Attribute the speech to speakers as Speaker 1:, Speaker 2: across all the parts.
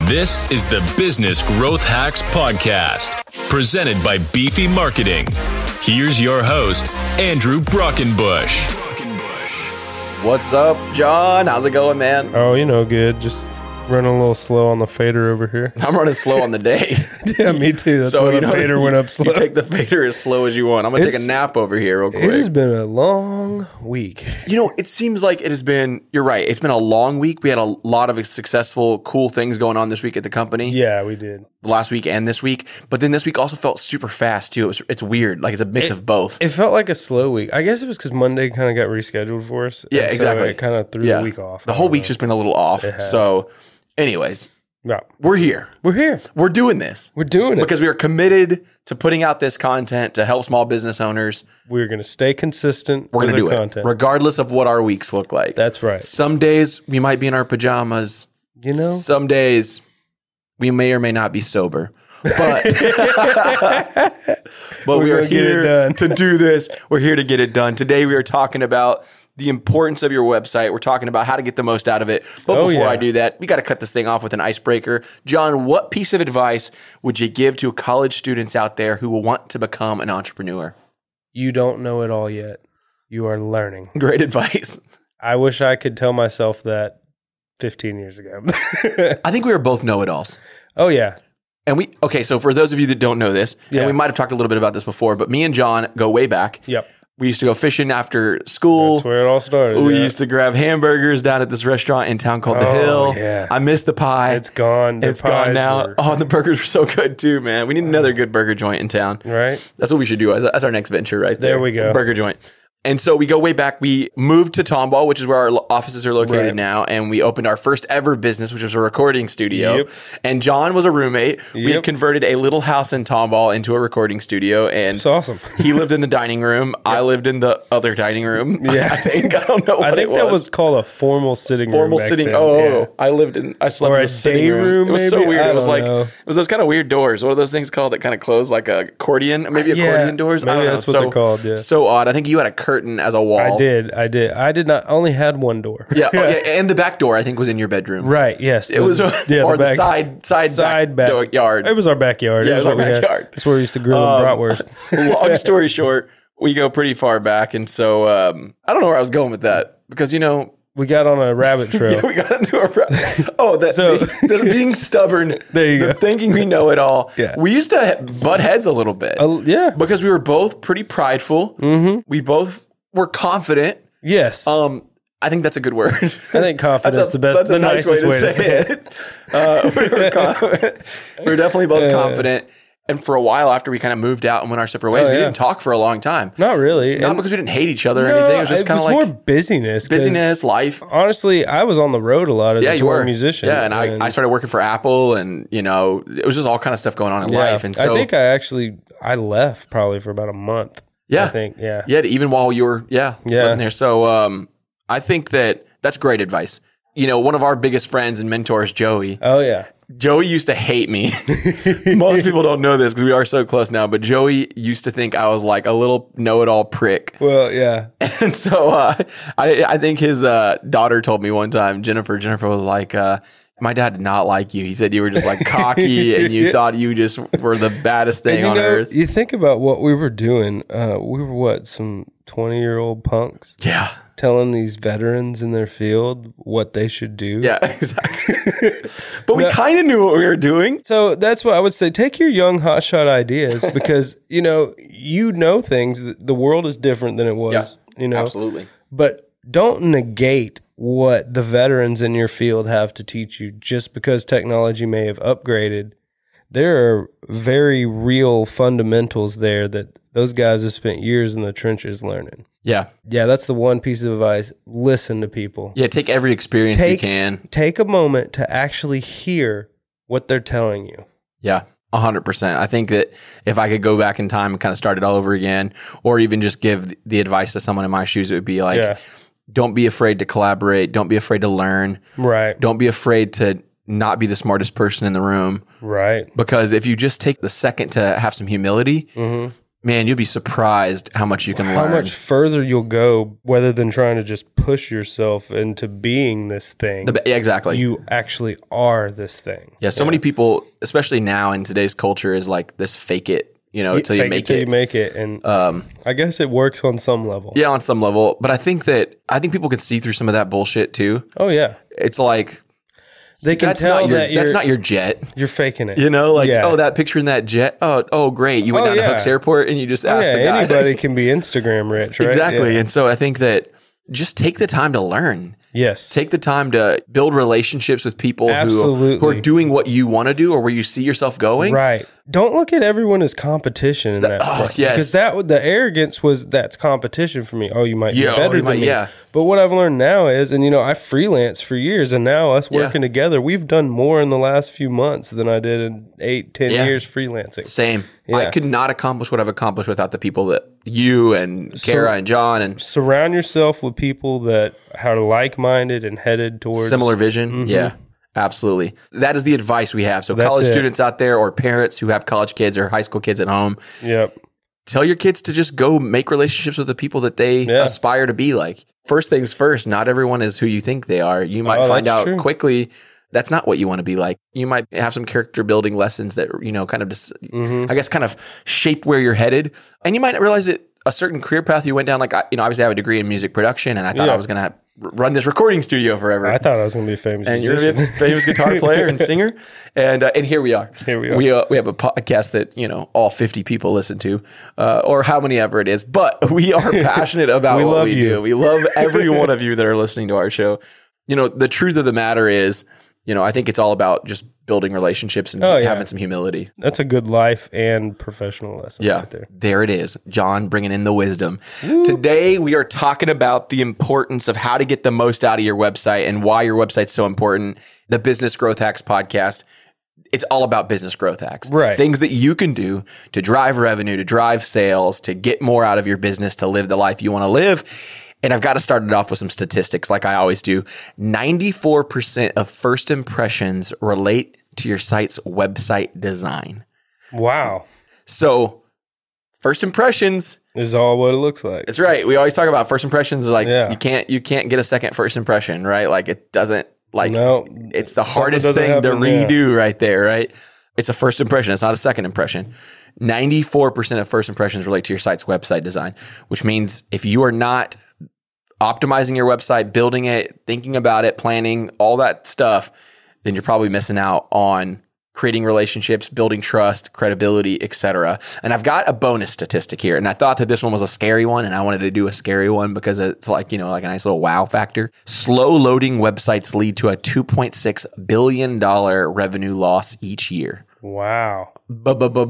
Speaker 1: This is the Business Growth Hacks Podcast, presented by Beefy Marketing. Here's your host, Andrew Brockenbush.
Speaker 2: What's up, John? How's it going, man?
Speaker 3: Oh, you know, good. Just running a little slow on the fader over here.
Speaker 2: I'm running slow on the day.
Speaker 3: yeah, me too. That's why
Speaker 2: you
Speaker 3: the
Speaker 2: know,
Speaker 3: fader went up
Speaker 2: you
Speaker 3: slow.
Speaker 2: take the fader as slow as you want. I'm gonna take a
Speaker 3: It's-
Speaker 2: nap over here real
Speaker 3: It has
Speaker 2: quick.
Speaker 3: been a long week.
Speaker 2: You know, it seems like it has been. You're right. It's been a long week. We had a lot of successful, cool things going on this week at the company.
Speaker 3: Yeah, we did.
Speaker 2: last week and this week. But then this week also felt super fast too. It was, it's weird. Like it's a mix of both.
Speaker 3: It felt like a slow week. I guess it was because Monday kind of got rescheduled for us.
Speaker 2: Yeah,
Speaker 3: and so
Speaker 2: exactly.
Speaker 3: it kind of threw
Speaker 2: yeah,
Speaker 3: the week off.
Speaker 2: The Uh,
Speaker 3: I
Speaker 2: whole
Speaker 3: don't
Speaker 2: week's just been a little off.
Speaker 3: has.
Speaker 2: So, anyways,
Speaker 3: know. Yeah.
Speaker 2: we're here.
Speaker 3: We're here.
Speaker 2: We're doing this.
Speaker 3: We're doing it.
Speaker 2: because we are committed to putting out this content to help small business owners.
Speaker 3: we're going to stay consistent
Speaker 2: We're going
Speaker 3: with
Speaker 2: to do
Speaker 3: our content.
Speaker 2: it regardless of what our weeks look like.
Speaker 3: That's right.
Speaker 2: Some days we might be in our pajamas.
Speaker 3: You know?
Speaker 2: Some days we may or may not be sober. But but we
Speaker 3: We're
Speaker 2: are
Speaker 3: gonna get it
Speaker 2: here
Speaker 3: done.
Speaker 2: to do this. We're here to get it done. Today we are talking about the importance of your website. We're talking about how to get the most out of it. But
Speaker 3: Oh,
Speaker 2: before
Speaker 3: yeah.
Speaker 2: I do that, we got to cut this thing off with an icebreaker. John, what piece of advice would you give to college students out there who want to become an entrepreneur?
Speaker 3: you don't know it all yet. You are learning.
Speaker 2: Great advice.
Speaker 3: I wish I could tell myself that 15 years ago.
Speaker 2: I think we are both know-it-alls.
Speaker 3: oh, yeah.
Speaker 2: And we okay, so for those of you that don't know this, and
Speaker 3: Yeah.
Speaker 2: we might have talked a little bit about this before, but me and John go way back.
Speaker 3: Yep.
Speaker 2: We used to go fishing after school.
Speaker 3: That's where it all started.
Speaker 2: we
Speaker 3: yeah.
Speaker 2: used to grab hamburgers down at this restaurant in town called The
Speaker 3: Oh,
Speaker 2: Hill.
Speaker 3: yeah.
Speaker 2: I miss the pie.
Speaker 3: It's gone. The
Speaker 2: It's gone
Speaker 3: pies
Speaker 2: now.
Speaker 3: were-
Speaker 2: Oh, and the burgers were so good too, man. We need another good burger joint in town.
Speaker 3: Right?
Speaker 2: That's what we should do. That's that's our next venture, right there.
Speaker 3: There we go.
Speaker 2: Burger joint. And so we go way back. We moved to Tomball, which is where our lo- offices are located
Speaker 3: Right.
Speaker 2: now, and we opened our first ever business, which was a recording studio.
Speaker 3: Yep.
Speaker 2: And John was a roommate. We had
Speaker 3: Yep.
Speaker 2: converted a little house in Tomball into a recording studio, and
Speaker 3: It's awesome.
Speaker 2: he lived in the dining room. I lived in the other dining room.
Speaker 3: Yeah.
Speaker 2: I think I don't know. What
Speaker 3: I think
Speaker 2: it
Speaker 3: that was called a formal sitting room.
Speaker 2: formal
Speaker 3: back
Speaker 2: sitting.
Speaker 3: then.
Speaker 2: Oh,
Speaker 3: Yeah.
Speaker 2: I lived in. I slept
Speaker 3: Or
Speaker 2: in
Speaker 3: a
Speaker 2: the sitting
Speaker 3: day
Speaker 2: room.
Speaker 3: room,
Speaker 2: It was so
Speaker 3: maybe?
Speaker 2: weird.
Speaker 3: I
Speaker 2: It was
Speaker 3: don't
Speaker 2: like
Speaker 3: know.
Speaker 2: it was those kind of weird doors. What are those things called that kind of close like a accordion? Maybe
Speaker 3: Yeah,
Speaker 2: accordion doors. I
Speaker 3: maybe
Speaker 2: don't
Speaker 3: that's
Speaker 2: know.
Speaker 3: what
Speaker 2: so,
Speaker 3: they're called, yeah.
Speaker 2: So odd. I think you had a curtain as a wall.
Speaker 3: I did. I did. I did not. Only had one door.
Speaker 2: Yeah. oh, yeah, And the back door I think was in your bedroom.
Speaker 3: Right. Yes.
Speaker 2: It was or the, side side
Speaker 3: side
Speaker 2: back,
Speaker 3: back,
Speaker 2: door- yard.
Speaker 3: It was our backyard.
Speaker 2: Yeah, it
Speaker 3: It was
Speaker 2: was our
Speaker 3: what we had.
Speaker 2: backyard.
Speaker 3: That's where we used to grill
Speaker 2: Um,
Speaker 3: and bratwurst.
Speaker 2: Long story short, we go pretty far back, and so um, I don't know where I was going with that because you know
Speaker 3: We got on a rabbit trail.
Speaker 2: we got into a rap. Oh, that
Speaker 3: So-
Speaker 2: the, the being stubborn.
Speaker 3: There you
Speaker 2: the
Speaker 3: go.
Speaker 2: Thinking we know it all.
Speaker 3: Yeah.
Speaker 2: We used to he- butt heads a little bit
Speaker 3: Uh, yeah.
Speaker 2: because we were both pretty prideful. Mm-hmm. We both were confident.
Speaker 3: Yes.
Speaker 2: Um, I think that's a good word.
Speaker 3: I think confidence is the best, the nicest way to, say it.
Speaker 2: Uh, we, were confident. we were definitely both confident. And for a while after we kind of moved out and went our separate ways,
Speaker 3: Oh,
Speaker 2: we
Speaker 3: yeah.
Speaker 2: didn't talk for a long time.
Speaker 3: Not really.
Speaker 2: Not
Speaker 3: And-
Speaker 2: because we didn't hate each other or
Speaker 3: No,
Speaker 2: anything. It was just
Speaker 3: it
Speaker 2: kind of like
Speaker 3: more busyness. 'cause
Speaker 2: busyness, life.
Speaker 3: Honestly, I was on the road a lot as
Speaker 2: yeah,
Speaker 3: a
Speaker 2: you
Speaker 3: touring
Speaker 2: were
Speaker 3: musician.
Speaker 2: Yeah, and, I, I started working for Apple, and you know, it was just all kind of stuff going on in
Speaker 3: Yeah.
Speaker 2: life. And so,
Speaker 3: I think I actually I left probably for about a month.
Speaker 2: Yeah.
Speaker 3: I think yeah.
Speaker 2: yeah, even while you were, yeah,
Speaker 3: Yeah.
Speaker 2: living there. So, um, I think that that's great advice. You know, one of our biggest friends and mentors, Joey.
Speaker 3: Oh yeah.
Speaker 2: Joey used to hate me. Most people don't know this because we are so close now, but Joey used to think I was like a little know-it-all prick.
Speaker 3: Well yeah.
Speaker 2: And so uh, I, I think his uh, daughter told me one time, Jennifer, Jennifer was like, uh, my dad did not like you. He said you were just like cocky and you thought you just were the baddest thing
Speaker 3: you
Speaker 2: on
Speaker 3: know,
Speaker 2: earth.
Speaker 3: you think about what we were doing. Uh, we were what some twenty year old punks
Speaker 2: Yeah.
Speaker 3: telling these veterans in their field what they should do.
Speaker 2: Yeah, exactly. but we kind of knew what we were doing.
Speaker 3: So that's why I would say take your young hotshot ideas because you know you know things. that The world is different than it was. you know,
Speaker 2: Absolutely.
Speaker 3: but don't negate what the veterans in your field have to teach you just because technology may have upgraded. There are very real fundamentals there that those guys have spent years in the trenches learning.
Speaker 2: Yeah.
Speaker 3: Yeah, that's the one piece of advice. Listen to people.
Speaker 2: Yeah. Take every experience
Speaker 3: Take-
Speaker 2: you can.
Speaker 3: Take a moment to actually hear what they're telling you.
Speaker 2: Yeah. 100%. I think that if I could go back in time and kind of start it all over again, or even just give the advice to someone in my shoes, it would be like,
Speaker 3: Yeah.
Speaker 2: don't be afraid to collaborate. Don't be afraid to learn.
Speaker 3: Right.
Speaker 2: don't be afraid to not be the smartest person in the room
Speaker 3: Right.
Speaker 2: because if you just take the second to have some humility man, you'll be surprised how much you can
Speaker 3: how
Speaker 2: learn.
Speaker 3: much further you'll go rather than trying to just push yourself into being this thing.
Speaker 2: The be- yeah, exactly.
Speaker 3: you actually are this thing.
Speaker 2: yeah, so many people, especially now in today's culture, is like this fake it, you know, until you
Speaker 3: Fake
Speaker 2: make
Speaker 3: till
Speaker 2: it. Um,
Speaker 3: you make it, and I guess it works on some level.
Speaker 2: yeah, on some level. But I think that I think people can see through some of that bullshit too.
Speaker 3: Oh yeah,
Speaker 2: It's like
Speaker 3: they can
Speaker 2: that's
Speaker 3: tell
Speaker 2: not your
Speaker 3: that you're,
Speaker 2: that's not your jet.
Speaker 3: you're faking it.
Speaker 2: You know, like
Speaker 3: Yeah.
Speaker 2: oh that picture in that jet. Oh oh great, you went
Speaker 3: Oh,
Speaker 2: down
Speaker 3: yeah. Oh,
Speaker 2: to Hooks Airport and you just
Speaker 3: yeah,
Speaker 2: asked the guy.
Speaker 3: anybody can be Instagram rich, right?
Speaker 2: exactly.
Speaker 3: Yeah.
Speaker 2: And so I think that just take the time to learn.
Speaker 3: Yes.
Speaker 2: Take the time to build relationships with people who, who
Speaker 3: Absolutely.
Speaker 2: are doing what you want to do or where you see yourself going.
Speaker 3: Right. Don't look at everyone as competition in that.
Speaker 2: oh,
Speaker 3: way.
Speaker 2: yes.
Speaker 3: Because that would- the arrogance was that's competition for me. Oh, you might
Speaker 2: Yeah, oh,
Speaker 3: be better
Speaker 2: you
Speaker 3: than
Speaker 2: might-
Speaker 3: me.
Speaker 2: yeah.
Speaker 3: But what I've learned now is, and you know, I freelance for years, and now us
Speaker 2: Yeah.
Speaker 3: working together, we've done more in the last few months than I did in eight, ten
Speaker 2: Yeah.
Speaker 3: years freelancing.
Speaker 2: Same. I
Speaker 3: Yeah.
Speaker 2: could not accomplish what I've accomplished without the people that you and Kara and John and
Speaker 3: Surround yourself with people that are like-minded and headed towards
Speaker 2: similar vision. Yeah. Absolutely. That is the advice we have. So
Speaker 3: Mm-hmm. That's
Speaker 2: college
Speaker 3: it.
Speaker 2: students out there or parents who have college kids or high school kids at home,
Speaker 3: Yep.
Speaker 2: tell your kids to just go make relationships with the people that they
Speaker 3: Yeah.
Speaker 2: aspire to be like. First things first, not everyone is who you think they are. You might
Speaker 3: Oh,
Speaker 2: find
Speaker 3: that's
Speaker 2: out
Speaker 3: true.
Speaker 2: quickly that's not what you want to be like. You might have some character building lessons that, you know, kind of just,
Speaker 3: Mm-hmm.
Speaker 2: I guess, kind of shape where you're headed. And you might not realize that a certain career path you went down, like, I, you know, obviously I have a degree in music production and I thought
Speaker 3: Yeah.
Speaker 2: I was going to run this recording studio forever
Speaker 3: I thought I was going to be a famous.
Speaker 2: and you're gonna be a
Speaker 3: musician.
Speaker 2: famous guitar player and singer. And uh, and here we are.
Speaker 3: Here we are.
Speaker 2: We, uh, we have a podcast that you know all 50 people listen to, uh, or how many ever it is. But we are passionate about
Speaker 3: We
Speaker 2: what
Speaker 3: love
Speaker 2: we
Speaker 3: you.
Speaker 2: do. We love every one of you that are listening to our show. You know, the truth of the matter is, you know, I think it's all about just building relationships and
Speaker 3: Oh, yeah.
Speaker 2: having some humility.
Speaker 3: That's a good life and professional lesson.
Speaker 2: Yeah,
Speaker 3: Right there.
Speaker 2: it is. John bringing in the wisdom. Today, we are talking about the importance of how to get the most out of your website and why your website's so important. The Business Growth Hacks podcast. It's all about business growth hacks.
Speaker 3: Right.
Speaker 2: Things that you can do to drive revenue, to drive sales, to get more out of your business, to live the life you want to live. And I've got to start it off with some statistics, like I always do. 94% of first impressions relate to your site's website design.
Speaker 3: Wow.
Speaker 2: So, first impressions.
Speaker 3: Is all what it looks like.
Speaker 2: That's right. We always talk about first impressions. is Like
Speaker 3: Yeah.
Speaker 2: you can't you can't get a second first impression, right? Like it doesn't like
Speaker 3: No,
Speaker 2: it's the hardest
Speaker 3: doesn't
Speaker 2: thing to
Speaker 3: happen, yeah.
Speaker 2: redo right there, right? It's a first impression. It's not a second impression. 94% of first impressions relate to your site's website design, which means if you are not optimizing your website, building it, thinking about it, planning, all that stuff, then you're probably missing out on creating relationships, building trust, credibility, etc. And I've got a bonus statistic here, and I thought that this one was a scary one and I wanted to do a scary one because it's like, you know, like a nice little wow factor. Slow loading websites lead to a 2.6 billion dollar revenue loss each year.
Speaker 3: Wow.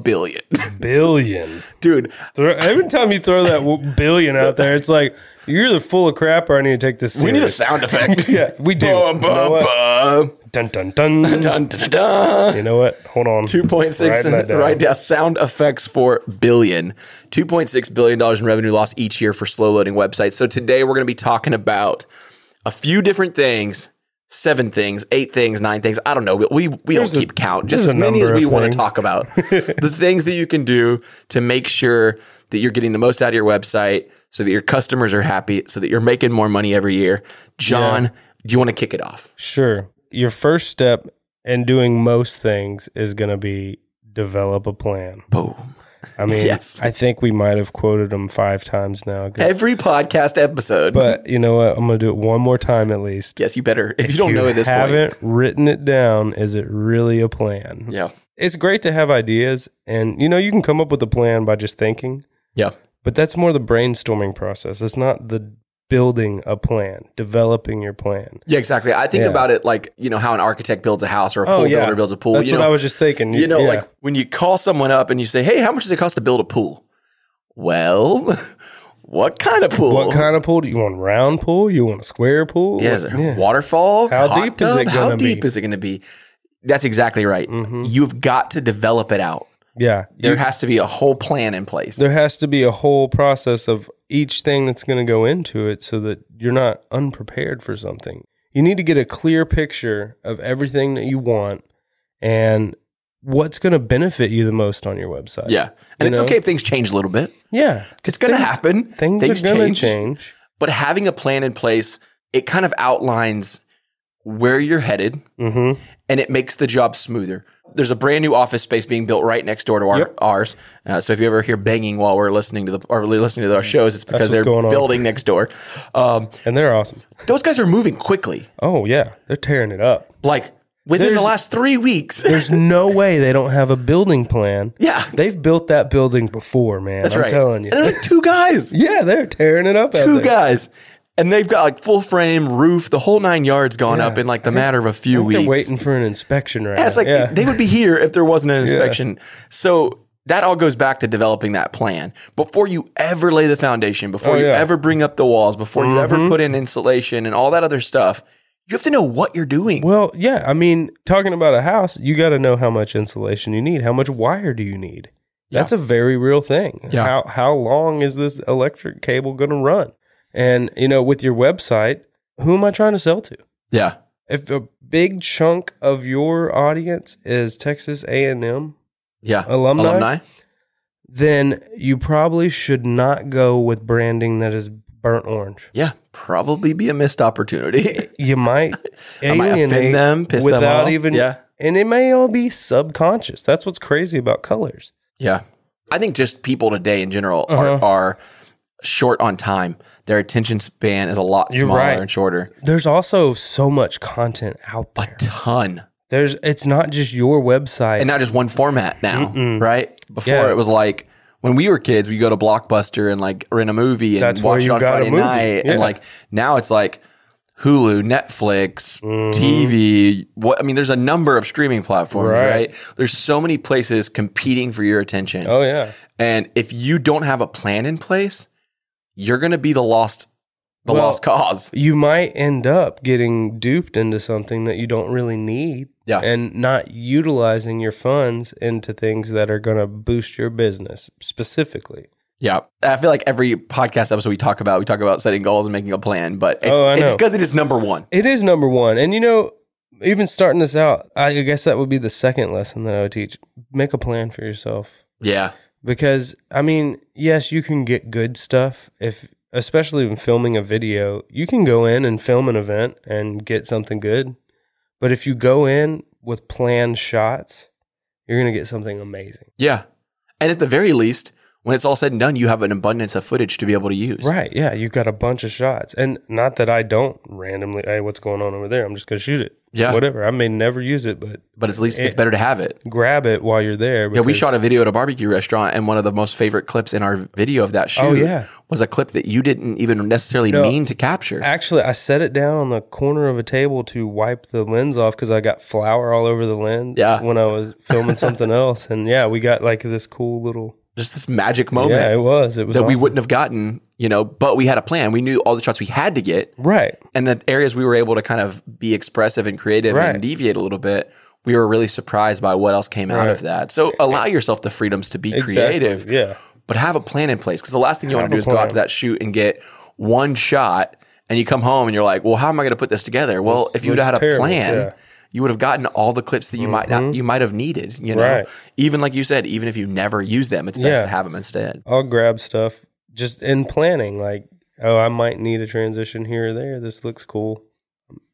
Speaker 2: Billion.
Speaker 3: Billion.
Speaker 2: Dude,
Speaker 3: Throw, every time you throw that w- billion out there, it's like, you're either full of crap or I need to take this
Speaker 2: we need a
Speaker 3: serious.
Speaker 2: sound effect.
Speaker 3: Yeah, we do.
Speaker 2: Bum,
Speaker 3: You know
Speaker 2: bum,
Speaker 3: what?
Speaker 2: bum.
Speaker 3: Dun, dun, dun.
Speaker 2: Dun, dun, dun, dun.
Speaker 3: You know what? Hold on.
Speaker 2: 2.6
Speaker 3: Write that
Speaker 2: and
Speaker 3: down.
Speaker 2: right down sound effects for billion 2.6 billion dollars in revenue loss each year for slow loading websites so today we're going to be talking about a few different things seven things eight things nine things i don't know but we we don't
Speaker 3: a-
Speaker 2: keep count just
Speaker 3: there's
Speaker 2: as
Speaker 3: a
Speaker 2: many as
Speaker 3: number
Speaker 2: we
Speaker 3: of
Speaker 2: want
Speaker 3: things.
Speaker 2: to talk about the things that you can do to make sure that you're getting the most out of your website so that your customers are happy so that you're making more money every year john do you want to kick it off
Speaker 3: Sure. Your first step in doing most things is going to be develop a plan.
Speaker 2: boom
Speaker 3: I mean,
Speaker 2: Yes.
Speaker 3: I think we might have quoted them five times now. 'cause-
Speaker 2: every podcast episode
Speaker 3: but you know what? I'm going to do it one more time at least.
Speaker 2: Yes, you better. If, you don't know at this point,
Speaker 3: haven't written it down, is it really a plan?
Speaker 2: yeah,
Speaker 3: It's great to have ideas, and you know you can come up with a plan by just thinking,
Speaker 2: yeah,
Speaker 3: but that's more the brainstorming process. It's not the building a plan, developing your plan.
Speaker 2: yeah, exactly. I think
Speaker 3: Yeah.
Speaker 2: about it like you know how an architect builds a house or a pool builder builds a pool.
Speaker 3: Oh, That's
Speaker 2: you
Speaker 3: what
Speaker 2: know,
Speaker 3: I was just thinking.
Speaker 2: you know,
Speaker 3: Yeah.
Speaker 2: like when you call someone up and you say, "Hey, how much does it cost to build a pool?" Well, what kind of pool?
Speaker 3: what kind of pool do you want? A round pool? You want a square pool?
Speaker 2: Yeah, is it a
Speaker 3: Yeah.
Speaker 2: waterfall?
Speaker 3: How
Speaker 2: Hot
Speaker 3: deep is it
Speaker 2: tub? How
Speaker 3: gonna be?
Speaker 2: deep is it going to be? That's exactly right.
Speaker 3: Mhm.
Speaker 2: You've got to develop it out.
Speaker 3: Yeah.
Speaker 2: There has to be a whole plan in place.
Speaker 3: There has to be a whole process of each thing that's going to go into it so that you're not unprepared for something. You need to get a clear picture of everything that you want and what's going to benefit you the most on your website.
Speaker 2: Yeah. And
Speaker 3: You
Speaker 2: it's
Speaker 3: know?
Speaker 2: okay if things change a little bit.
Speaker 3: Yeah.
Speaker 2: It's going to
Speaker 3: Things-
Speaker 2: happen.
Speaker 3: Things, are going to change.
Speaker 2: But having a plan in place, it kind of outlines where you're headed
Speaker 3: hmm
Speaker 2: and it makes the job smoother. There's a brand new office space being built right next door to our,
Speaker 3: Yep.
Speaker 2: ours. Uh, so if you ever hear banging while we're listening to the or listening to our shows, it's because
Speaker 3: what's
Speaker 2: they're
Speaker 3: going on.
Speaker 2: building next door. Um,
Speaker 3: And they're awesome.
Speaker 2: those guys are moving quickly.
Speaker 3: Oh, yeah. They're tearing it up.
Speaker 2: Like within the
Speaker 3: There's-
Speaker 2: last three weeks.
Speaker 3: There's no way they don't have a building plan.
Speaker 2: Yeah.
Speaker 3: They've built that building before, man.
Speaker 2: That's
Speaker 3: I'm
Speaker 2: right.
Speaker 3: telling you.
Speaker 2: And they're like two guys.
Speaker 3: Yeah, they're tearing it up out
Speaker 2: two
Speaker 3: there.
Speaker 2: guys. And they've got like full frame roof, the whole nine yards gone
Speaker 3: Yeah.
Speaker 2: up in like the
Speaker 3: I think-
Speaker 2: matter of a few
Speaker 3: I think
Speaker 2: weeks.
Speaker 3: They're waiting for an inspection right
Speaker 2: Yeah, it's
Speaker 3: now.
Speaker 2: like
Speaker 3: yeah.
Speaker 2: they would be here if there wasn't an inspection. So that all goes back to developing that plan before you ever lay the foundation, before
Speaker 3: Oh,
Speaker 2: you
Speaker 3: yeah. Mm-hmm.
Speaker 2: ever bring up the walls, before you ever put in insulation and all that other stuff. You have to know what you're doing.
Speaker 3: well, yeah. I mean, talking about a house, you got to know how much insulation you need. How much wire do you need? That's a very real thing.
Speaker 2: Yeah.
Speaker 3: How how long is this electric cable going to run? And you know, with your website, who am I trying to sell to?
Speaker 2: yeah,
Speaker 3: If a big chunk of your audience is Texas A&M
Speaker 2: yeah.
Speaker 3: Alumni?
Speaker 2: alumni.
Speaker 3: then you probably should not go with branding that is burnt orange.
Speaker 2: Yeah, probably be a missed opportunity.
Speaker 3: You might
Speaker 2: I might
Speaker 3: alienate
Speaker 2: offend them, piss them
Speaker 3: without
Speaker 2: off.
Speaker 3: even,
Speaker 2: Yeah.
Speaker 3: and it may all be subconscious. That's what's crazy about colors.
Speaker 2: Yeah. I think just people today in general
Speaker 3: Uh-huh.
Speaker 2: are, are short on time. Their attention span is a lot
Speaker 3: You're
Speaker 2: smaller
Speaker 3: right.
Speaker 2: and shorter.
Speaker 3: There's also so much content out
Speaker 2: A
Speaker 3: there.
Speaker 2: ton.
Speaker 3: There's, it's not just your website.
Speaker 2: And not just one format now,
Speaker 3: Mm-mm.
Speaker 2: right? Before
Speaker 3: Yeah.
Speaker 2: it was like when we were kids, we go to Blockbuster and like rent a movie and
Speaker 3: That's where
Speaker 2: watch it
Speaker 3: you
Speaker 2: on
Speaker 3: got a
Speaker 2: Friday
Speaker 3: movie.
Speaker 2: night. And
Speaker 3: Yeah.
Speaker 2: like now it's like Hulu, Netflix,
Speaker 3: Mm-hmm.
Speaker 2: TV. What I mean, there's a number of streaming platforms,
Speaker 3: Right.
Speaker 2: right? There's so many places competing for your attention.
Speaker 3: oh yeah,
Speaker 2: And if you don't have a plan in place, you're going to be the lost, the
Speaker 3: Well-
Speaker 2: lost cause.
Speaker 3: you might end up getting duped into something that you don't really need.
Speaker 2: Yeah.
Speaker 3: And not utilizing your funds into things that are going to boost your business specifically.
Speaker 2: Yeah, I feel like every podcast episode we talk about, we talk about setting goals and making a plan, but it's
Speaker 3: Oh, I know.
Speaker 2: because it is number one.
Speaker 3: It is number one. And you know, even starting this out, I guess that would be the second lesson that I would teach. Make a plan for yourself.
Speaker 2: Yeah,
Speaker 3: Because I mean, yes, you can get good stuff if especially when filming a video, you can go in and film an event and get something good. But if you go in with planned shots, you're gonna get something amazing.
Speaker 2: yeah, and at the very least, when it's all said and done, you have an abundance of footage to be able to use.
Speaker 3: Right. Yeah. You've got a bunch of shots. And not that I don't randomly, hey, what's going on over there? I'm just gonna shoot it.
Speaker 2: Yeah.
Speaker 3: Whatever. I may never use it, but
Speaker 2: But it's at least it's better to have it.
Speaker 3: grab it while you're there.
Speaker 2: Yeah, we
Speaker 3: because-
Speaker 2: shot a video at a barbecue restaurant, and one of the most favorite clips in our video of that shoot
Speaker 3: Oh, yeah.
Speaker 2: was a clip that you didn't even necessarily
Speaker 3: No.
Speaker 2: mean to capture.
Speaker 3: Actually, I set it down on the corner of a table to wipe the lens off because I got flour all over the lens.
Speaker 2: Yeah.
Speaker 3: when I was filming something else, and yeah, we got like this cool little.
Speaker 2: Just this magic moment.
Speaker 3: Yeah, it was. It was
Speaker 2: that we
Speaker 3: awesome.
Speaker 2: wouldn't have gotten, you know, but we had a plan. We knew all the shots we had to get
Speaker 3: right.
Speaker 2: and the areas we were able to kind of be expressive and creative
Speaker 3: Right.
Speaker 2: and deviate a little bit. We were really surprised by what else came out
Speaker 3: Right.
Speaker 2: of that. So allow yourself the freedoms to be
Speaker 3: Exactly,
Speaker 2: creative,
Speaker 3: Yeah,
Speaker 2: but have a plan in place. Because the last thing you want
Speaker 3: Have
Speaker 2: to do
Speaker 3: a
Speaker 2: is go out
Speaker 3: plan.
Speaker 2: to that shoot and get one shot and you come home and you're like, well, how am I going to put this together? Well,
Speaker 3: This
Speaker 2: if you'd had a
Speaker 3: looks terrible,
Speaker 2: plan,
Speaker 3: yeah. Mm-hmm.
Speaker 2: you would have gotten all the clips that you might not, you might have needed. You know,
Speaker 3: Right.
Speaker 2: even like you said, even if you never use them, it's best
Speaker 3: Yeah.
Speaker 2: to have them instead.
Speaker 3: I'll grab stuff just in planning. Like, oh, I might need a transition here or there. This looks cool.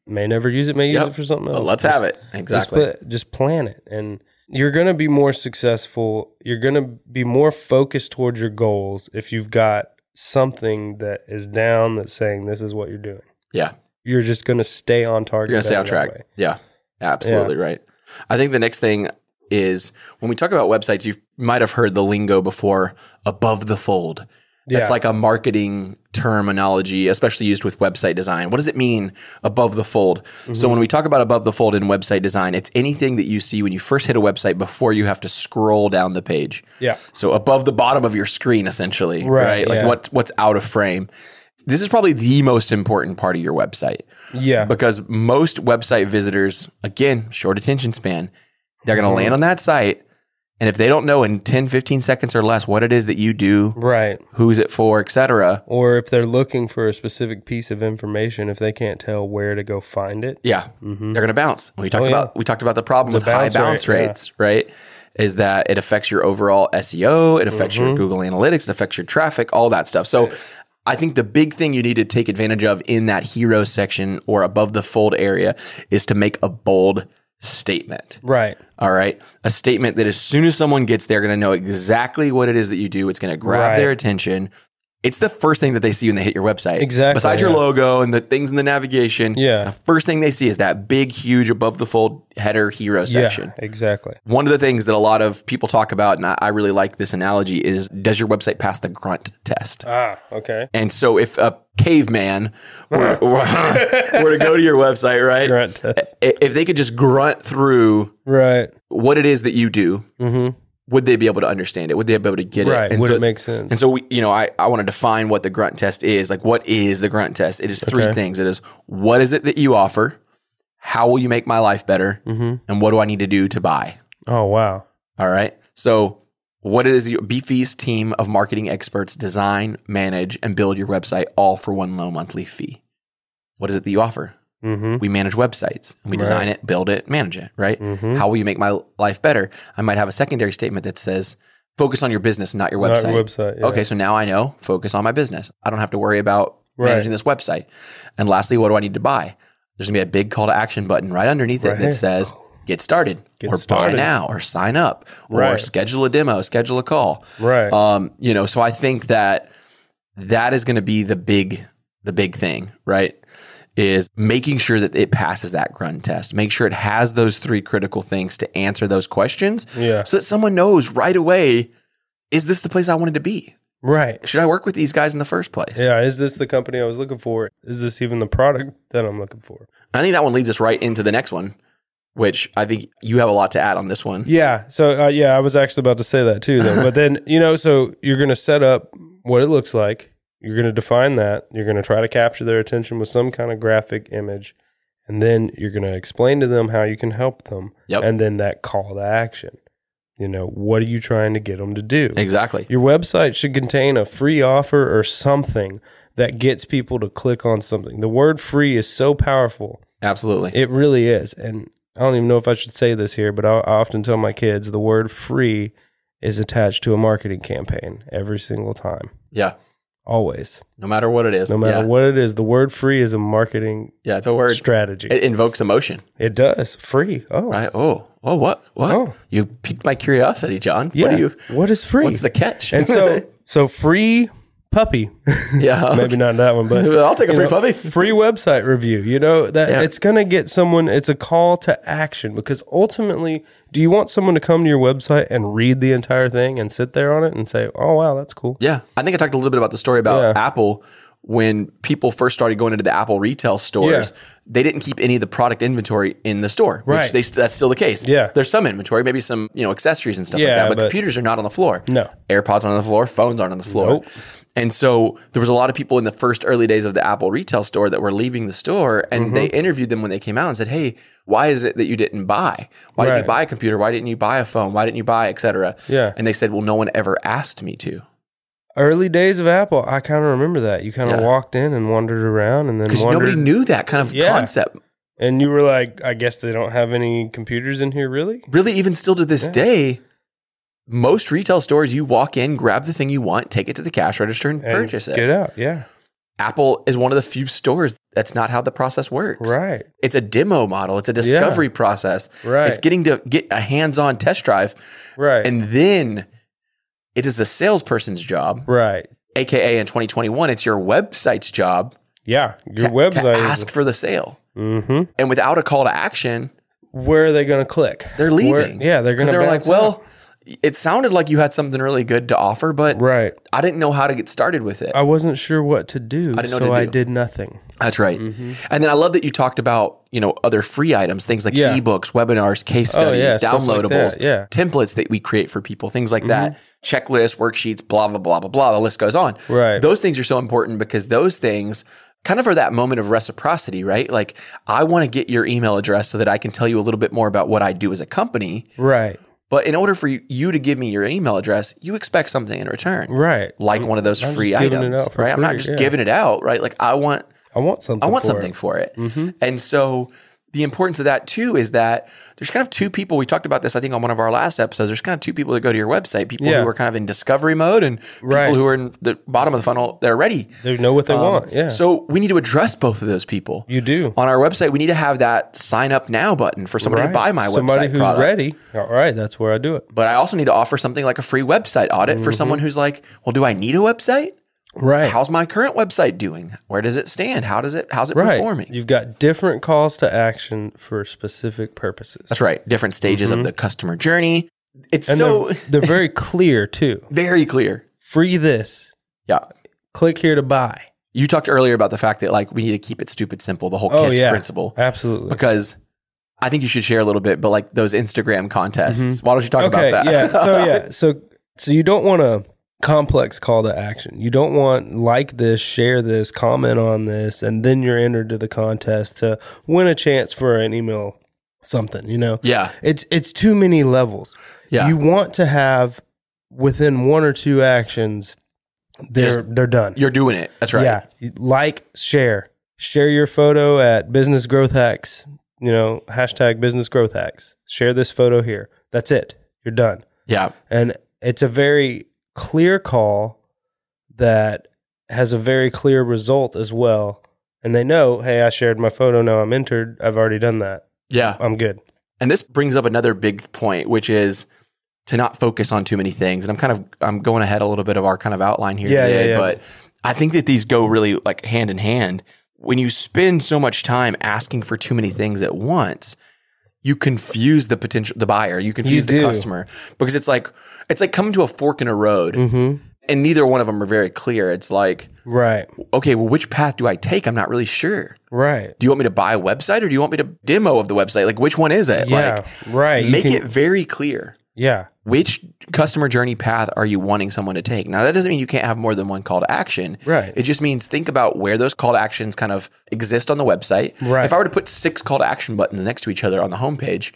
Speaker 3: May never use it. May use
Speaker 2: Yep.
Speaker 3: it for something else.
Speaker 2: But let's
Speaker 3: Just-
Speaker 2: have it. Exactly.
Speaker 3: Just, pla- just plan it, and you're gonna be more successful. You're gonna be more focused towards your goals if you've got something that is down that's saying this is what you're doing.
Speaker 2: Yeah.
Speaker 3: You're just gonna stay on target.
Speaker 2: You're going to stay
Speaker 3: better
Speaker 2: on
Speaker 3: that
Speaker 2: track.
Speaker 3: way.
Speaker 2: Yeah. Absolutely right. I think the next thing is when we talk about websites, you might have heard the lingo before above the fold. That's
Speaker 3: Yeah.
Speaker 2: like a marketing terminology, especially used with website design. What does it mean above the fold?
Speaker 3: Mm-hmm.
Speaker 2: So when we talk about above the fold in website design, it's anything that you see when you first hit a website before you have to scroll down the page.
Speaker 3: Yeah.
Speaker 2: So above the bottom of your screen, essentially, right?
Speaker 3: Right,
Speaker 2: Like
Speaker 3: yeah.
Speaker 2: what's what's out of frame. This is probably the most important part of your website
Speaker 3: Yeah.
Speaker 2: because most website visitors, again, short attention span, they're
Speaker 3: Mm-hmm.
Speaker 2: going to land on that site. And if they don't know in 10, 15 seconds or less what it is that you do,
Speaker 3: right.
Speaker 2: who's it for, et cetera,
Speaker 3: Or if they're looking for a specific piece of information, if they can't tell where to go find it.
Speaker 2: yeah, they're going to bounce. We talked
Speaker 3: Mm-hmm. Oh, yeah.
Speaker 2: about we talked about the problem with high
Speaker 3: bounce
Speaker 2: bounce
Speaker 3: rate, yeah.
Speaker 2: rates, right? is that it affects your overall SEO, it affects
Speaker 3: Mm-hmm.
Speaker 2: your Google Analytics, it affects your traffic, all that stuff. So I think the big thing you need to take advantage of in that hero section or above the fold area is to make a bold statement.
Speaker 3: Right.
Speaker 2: All right. A statement that as soon as someone gets there, going to know exactly what it is that you do. It's going to grab
Speaker 3: Right.
Speaker 2: their attention. It's the first thing that they see when they hit your website.
Speaker 3: Exactly,
Speaker 2: Besides your
Speaker 3: yeah.
Speaker 2: logo and the things in the navigation.
Speaker 3: Yeah.
Speaker 2: The first thing they see is that big, huge, above the fold header hero section.
Speaker 3: Yeah. Exactly.
Speaker 2: One of the things that a lot of people talk about, and I- I really like this analogy, is does your website pass the grunt test?
Speaker 3: Ah. Okay.
Speaker 2: And so if a caveman were, were, were to go to your website, right?
Speaker 3: Grunt test.
Speaker 2: i- If they could just grunt through
Speaker 3: Right.
Speaker 2: what it is that you do, would they be able to understand it? Would they be able to get
Speaker 3: Mm-hmm. Right.
Speaker 2: it?
Speaker 3: Would
Speaker 2: so,
Speaker 3: it make sense?
Speaker 2: And so we, you know, I, I want to define what the grunt test is. Like, what is the grunt test? It is three things. It is what is it that you offer? How will you make my life better?
Speaker 3: Mm-hmm.
Speaker 2: And what do I need to do to buy?
Speaker 3: Oh wow.
Speaker 2: All right. So, what is your Beefy's team of marketing experts design, manage, and build your website all for one low monthly fee? What is it that you offer?
Speaker 3: Mm-hmm.
Speaker 2: We manage websites. We design it, build it, manage it, right?
Speaker 3: Mm-hmm.
Speaker 2: How will you make my life better? I might have a secondary statement that says, focus on your business, not your website.
Speaker 3: Not your website. yeah.
Speaker 2: Okay, so now I know, focus on my business. I don't have to worry about
Speaker 3: Right.
Speaker 2: managing this website. And lastly, what do I need to buy? There's gonna be a big call to action button right underneath it
Speaker 3: Right.
Speaker 2: that says get started or
Speaker 3: started.
Speaker 2: buy now or sign up or
Speaker 3: Right.
Speaker 2: schedule a demo, schedule a call.
Speaker 3: Right.
Speaker 2: Um, you know, so I think that that is gonna be the big the big thing, right? Is making sure that it passes that grunt test. Make sure it has those three critical things to answer those questions
Speaker 3: yeah.
Speaker 2: so that someone knows right away is this the place I wanted to be?
Speaker 3: Right.
Speaker 2: Should I work with these guys in the first place?
Speaker 3: Yeah. Is this the company I was looking for? Is this even the product that I'm looking for?
Speaker 2: I think that one leads us right into the next one, which I think you have a lot to add on this one.
Speaker 3: Yeah. So uh, yeah, I was actually about to say that too, though. but then you know, so you're going to set up what it looks like. You're going to define that. You're going to try to capture their attention with some kind of graphic image, and then you're going to explain to them how you can help them.
Speaker 2: Yep.
Speaker 3: And then that call to action. You know, what are you trying to get them to do?
Speaker 2: Exactly.
Speaker 3: Your website should contain a free offer or something that gets people to click on something. The word free is so powerful.
Speaker 2: Absolutely.
Speaker 3: It really is. And I don't even know if I should say this here, but I, I often tell my kids the word free is attached to a marketing campaign every single time.
Speaker 2: yeah.
Speaker 3: Always.
Speaker 2: No matter what it is.
Speaker 3: No matter
Speaker 2: yeah.
Speaker 3: what it is, the word free is a marketing
Speaker 2: Yeah, it's a word.
Speaker 3: strategy. It,
Speaker 2: It invokes emotion,
Speaker 3: does. Free. Oh.
Speaker 2: right? Oh, oh, what? What?
Speaker 3: Oh.
Speaker 2: You piqued my curiosity, John.
Speaker 3: Yeah.
Speaker 2: What do you,
Speaker 3: what is free?
Speaker 2: what's the catch?
Speaker 3: and so so free puppy.
Speaker 2: yeah.
Speaker 3: Maybe not that one, but
Speaker 2: I'll take a
Speaker 3: you
Speaker 2: free
Speaker 3: know,
Speaker 2: puppy.
Speaker 3: Free website review. You know that
Speaker 2: Yeah.
Speaker 3: it's going to get someone. It's a call to action because ultimately, do you want someone to come to your website and read the entire thing and sit there on it and say, "Oh wow, that's cool."
Speaker 2: Yeah. I think I talked a little bit about the story about
Speaker 3: Yeah.
Speaker 2: Apple when people first started going into the Apple retail stores. They didn't keep any of the product inventory in the store, which
Speaker 3: Right.
Speaker 2: they that's still the case.
Speaker 3: Yeah.
Speaker 2: There's some inventory, maybe some, you know, accessories and stuff like
Speaker 3: Yeah,
Speaker 2: that, but,
Speaker 3: but-
Speaker 2: computers are not on the floor.
Speaker 3: No.
Speaker 2: AirPods aren't on the floor, phones aren't on the floor.
Speaker 3: Nope.
Speaker 2: And so there was a lot of people in the first early days of the Apple retail store that were leaving the store and
Speaker 3: Mm-hmm.
Speaker 2: they interviewed them when they came out and said, "Hey, why is it that you didn't buy? Why didn't you
Speaker 3: Right.
Speaker 2: buy a computer? Why didn't you buy a phone? Why didn't you buy, et cetera?"
Speaker 3: Yeah.
Speaker 2: And they said, "Well, no one ever asked me to."
Speaker 3: Early days of Apple, I kind of remember that. You kind of
Speaker 2: Yeah.
Speaker 3: walked in and wandered around, and then
Speaker 2: because
Speaker 3: wandered,
Speaker 2: nobody knew that kind of
Speaker 3: Yeah.
Speaker 2: concept
Speaker 3: and you were like, "I guess they don't have any computers in here, really."
Speaker 2: really even still to this
Speaker 3: Yeah.
Speaker 2: day most retail stores you walk in grab the thing you want take it to the cash register and,
Speaker 3: And
Speaker 2: purchase it
Speaker 3: Get out. Yeah.
Speaker 2: apple is one of the few stores that's not how the process works
Speaker 3: Right.
Speaker 2: it's a demo model it's a discovery process
Speaker 3: Right.
Speaker 2: it's getting to get a hands-on test drive
Speaker 3: Right.
Speaker 2: and then it is the salesperson's job
Speaker 3: right.
Speaker 2: aka in 2021 it's your website's job
Speaker 3: Yeah. Your
Speaker 2: to-
Speaker 3: website.
Speaker 2: to ask for the sale
Speaker 3: mm-hmm.
Speaker 2: and without a call to action
Speaker 3: Where are they going to click?
Speaker 2: They're
Speaker 3: Where-
Speaker 2: leaving.
Speaker 3: yeah, they're going
Speaker 2: Because
Speaker 3: to.
Speaker 2: they were like, well, it sounded like you had something really good to offer, but
Speaker 3: right. Oh.
Speaker 2: I didn't know how to get started with it.
Speaker 3: I wasn't sure what to do,
Speaker 2: didn't know
Speaker 3: so
Speaker 2: what to
Speaker 3: I
Speaker 2: do.
Speaker 3: did nothing.
Speaker 2: That's right.
Speaker 3: Mm-hmm.
Speaker 2: And then I love that you talked about, you know, other free items, things like
Speaker 3: Yeah. Oh,
Speaker 2: ebooks, webinars, case studies,
Speaker 3: yeah, stuff like
Speaker 2: downloadables,
Speaker 3: that, yeah. Mm-hmm.
Speaker 2: templates that we create for people, things like that, checklists, worksheets, blah, blah, blah, blah, blah. The list goes on.
Speaker 3: Right.
Speaker 2: Those things are so important because those things kind of are that moment of reciprocity, right? Like, I want to get your email address so that I can tell you a little bit more about what I do as a company.
Speaker 3: Right,
Speaker 2: But in order for you, you to give me your email address, you expect something in return,
Speaker 3: right.
Speaker 2: like one of those
Speaker 3: just
Speaker 2: free
Speaker 3: giving it
Speaker 2: items,
Speaker 3: out for
Speaker 2: right? I'm not
Speaker 3: free,
Speaker 2: just
Speaker 3: yeah.
Speaker 2: giving it out, right? Like I want,
Speaker 3: I want something.
Speaker 2: I want
Speaker 3: for it.
Speaker 2: something for it, and so the importance of that too is that there's kind of two people. We talked about this, I think, on one of our last episodes. There's kind of two people that go to your website: people
Speaker 3: Yeah.
Speaker 2: who are kind of in discovery mode and
Speaker 3: Right.
Speaker 2: people who are in the bottom of the funnel. They're ready.
Speaker 3: They know what they
Speaker 2: Um,
Speaker 3: want. Yeah. So
Speaker 2: So we need to address both of those people.
Speaker 3: you do.
Speaker 2: on our website, we need to have that sign up now button for somebody to
Speaker 3: Right.
Speaker 2: buy my
Speaker 3: Somebody
Speaker 2: website
Speaker 3: who's
Speaker 2: product.
Speaker 3: ready. All right, that's where I do it.
Speaker 2: But I also need to offer something like a free website audit for someone
Speaker 3: Mm-hmm.
Speaker 2: who's like, well, do I need a website?
Speaker 3: Right.
Speaker 2: How's my current website doing? Where does it stand? How does it how's it
Speaker 3: right.
Speaker 2: performing?
Speaker 3: You've got different calls to action for specific purposes.
Speaker 2: That's right. Different stages of the customer journey. It's
Speaker 3: Mm-hmm. And
Speaker 2: so
Speaker 3: they're, they're very clear too.
Speaker 2: very clear.
Speaker 3: Free this.
Speaker 2: Yeah.
Speaker 3: Click here to buy.
Speaker 2: You talked earlier about the fact that like we need to keep it stupid simple, the whole
Speaker 3: Oh
Speaker 2: KISS
Speaker 3: yeah.
Speaker 2: principle.
Speaker 3: Absolutely.
Speaker 2: Because I think you should share a little bit, but like those Instagram contests. Why don't you talk
Speaker 3: Mm-hmm. okay,
Speaker 2: about that?
Speaker 3: yeah. So yeah. So so you don't want a complex call to action. You don't want like this, share this, comment on this, and then you're entered to the contest to win a chance for an email something, you know.
Speaker 2: yeah.
Speaker 3: It's it's too many levels.
Speaker 2: Yeah.
Speaker 3: You want to have within one or two actions they're they're done.
Speaker 2: You're doing it. That's right.
Speaker 3: Yeah. You- Like, share. Share your photo at business growth hacks, you know, hashtag business growth hacks. Share this photo here. That's it. You're done.
Speaker 2: Yeah.
Speaker 3: And it's a very clear call that has a very clear result as well. And they know, hey, I shared my photo. Now I'm entered. I've already done that.
Speaker 2: Yeah.
Speaker 3: I'm good.
Speaker 2: And this brings up another big point, which is to not focus on too many things. And I'm kind of I'm going ahead a little bit of our kind of outline here
Speaker 3: Yeah,
Speaker 2: today,
Speaker 3: yeah, yeah.
Speaker 2: but I think that these go really like hand in hand. When you spend so much time asking for too many things at once, you confuse the potential the buyer, you confuse the
Speaker 3: do.
Speaker 2: customer because it's like it's like coming to a fork in a road
Speaker 3: Mm.
Speaker 2: and neither one of them are very clear. It's like,
Speaker 3: Right.
Speaker 2: okay, well which path do I take? I'm not really sure.
Speaker 3: Right.
Speaker 2: Do you want me to buy a website or do you want me to demo of the website? Like which one is it?
Speaker 3: Yeah.
Speaker 2: Like
Speaker 3: right. You
Speaker 2: make
Speaker 3: can-
Speaker 2: it very clear
Speaker 3: Yeah.
Speaker 2: which customer journey path are you wanting someone to take now that doesn't mean you can't have more than one call to action
Speaker 3: Right.
Speaker 2: it just means think about where those call to actions kind of exist on the website
Speaker 3: Right.
Speaker 2: if i were to put six call to action buttons next to each other on the homepage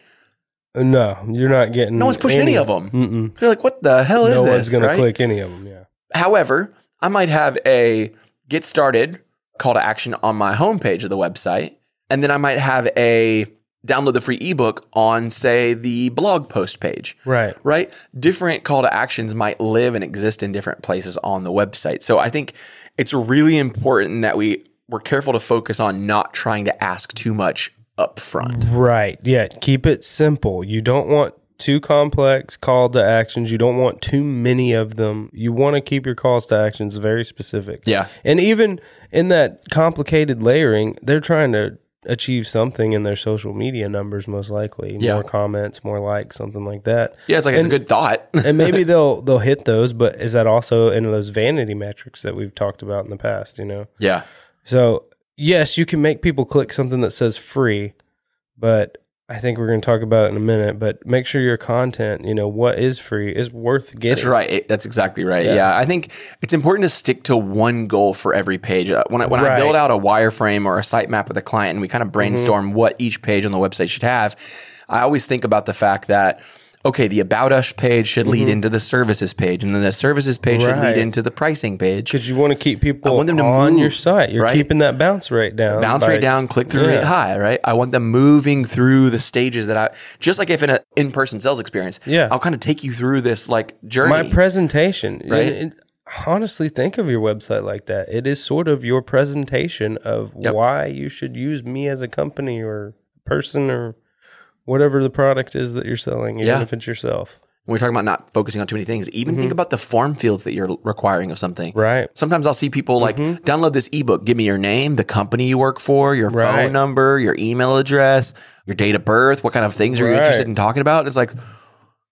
Speaker 3: No, you're not getting.
Speaker 2: no one's pushing any, of them they're like what the hell is
Speaker 3: No
Speaker 2: this
Speaker 3: one's going
Speaker 2: right?
Speaker 3: to click any of them. Yeah.
Speaker 2: however i might have a get started call to action on my homepage of the website and then i might have a download the free ebook on say the blog post page
Speaker 3: Right.
Speaker 2: right? Different call to actions might live and exist in different places on the website. So I think it's really important that we we're careful to focus on not trying to ask too much up front.
Speaker 3: Right. Yeah. Keep it simple. You don't want too complex call to actions. You don't want too many of them. You want to keep your calls to actions very specific.
Speaker 2: Yeah.
Speaker 3: And even in that complicated layering, they're trying to achieve something in their social media numbers, most likely.
Speaker 2: Yeah.
Speaker 3: More comments, more likes, something like that.
Speaker 2: Yeah, it's like it's a good thought.
Speaker 3: and maybe they'll they'll hit those, but is that also in those vanity metrics that we've talked about in the past, you know?
Speaker 2: yeah.
Speaker 3: So, yes, you can make people click something that says free, but I think we're going to talk about it in a minute. But make sure your content, you know, what is free is worth getting.
Speaker 2: That's right. It- that's exactly right. Yeah.
Speaker 3: Yeah.
Speaker 2: I think it's important to stick to one goal for every page. Uh, When I, when I
Speaker 3: Right. Mm-hmm.
Speaker 2: build out a wireframe or a sitemap with a client and we kind of brainstorm what each page on the website should have, I always think about the fact that okay, the about us page should lead into the services page and then the services page should lead
Speaker 3: Mm-hmm. Right.
Speaker 2: into the pricing page.
Speaker 3: Because you want to keep people
Speaker 2: want them to
Speaker 3: on your
Speaker 2: move,
Speaker 3: site. You're
Speaker 2: right?
Speaker 3: keeping that bounce rate down.
Speaker 2: Bounce
Speaker 3: by-
Speaker 2: rate down, click through rate
Speaker 3: Yeah.
Speaker 2: high, right? I want them moving through the stages that I just like if in an in person sales experience,
Speaker 3: Yeah.
Speaker 2: I'll kind of take you through this like journey.
Speaker 3: My presentation.
Speaker 2: Right.
Speaker 3: And- and honestly, think of your website like that. It is sort of your presentation of why you should use me as a company or person or whatever the product is that you're selling, even
Speaker 2: Yeah.
Speaker 3: if it's yourself.
Speaker 2: when we're talking about not focusing on too many things, even think about the form fields that you're requiring of something.
Speaker 3: Mm-hmm. Right. Mm-hmm.
Speaker 2: Sometimes I'll see people like download this ebook, give me your name, the company you work for, your phone
Speaker 3: Right.
Speaker 2: number, your email address, your date of birth, what kind of things are you
Speaker 3: Right.
Speaker 2: interested in talking about? And it's like,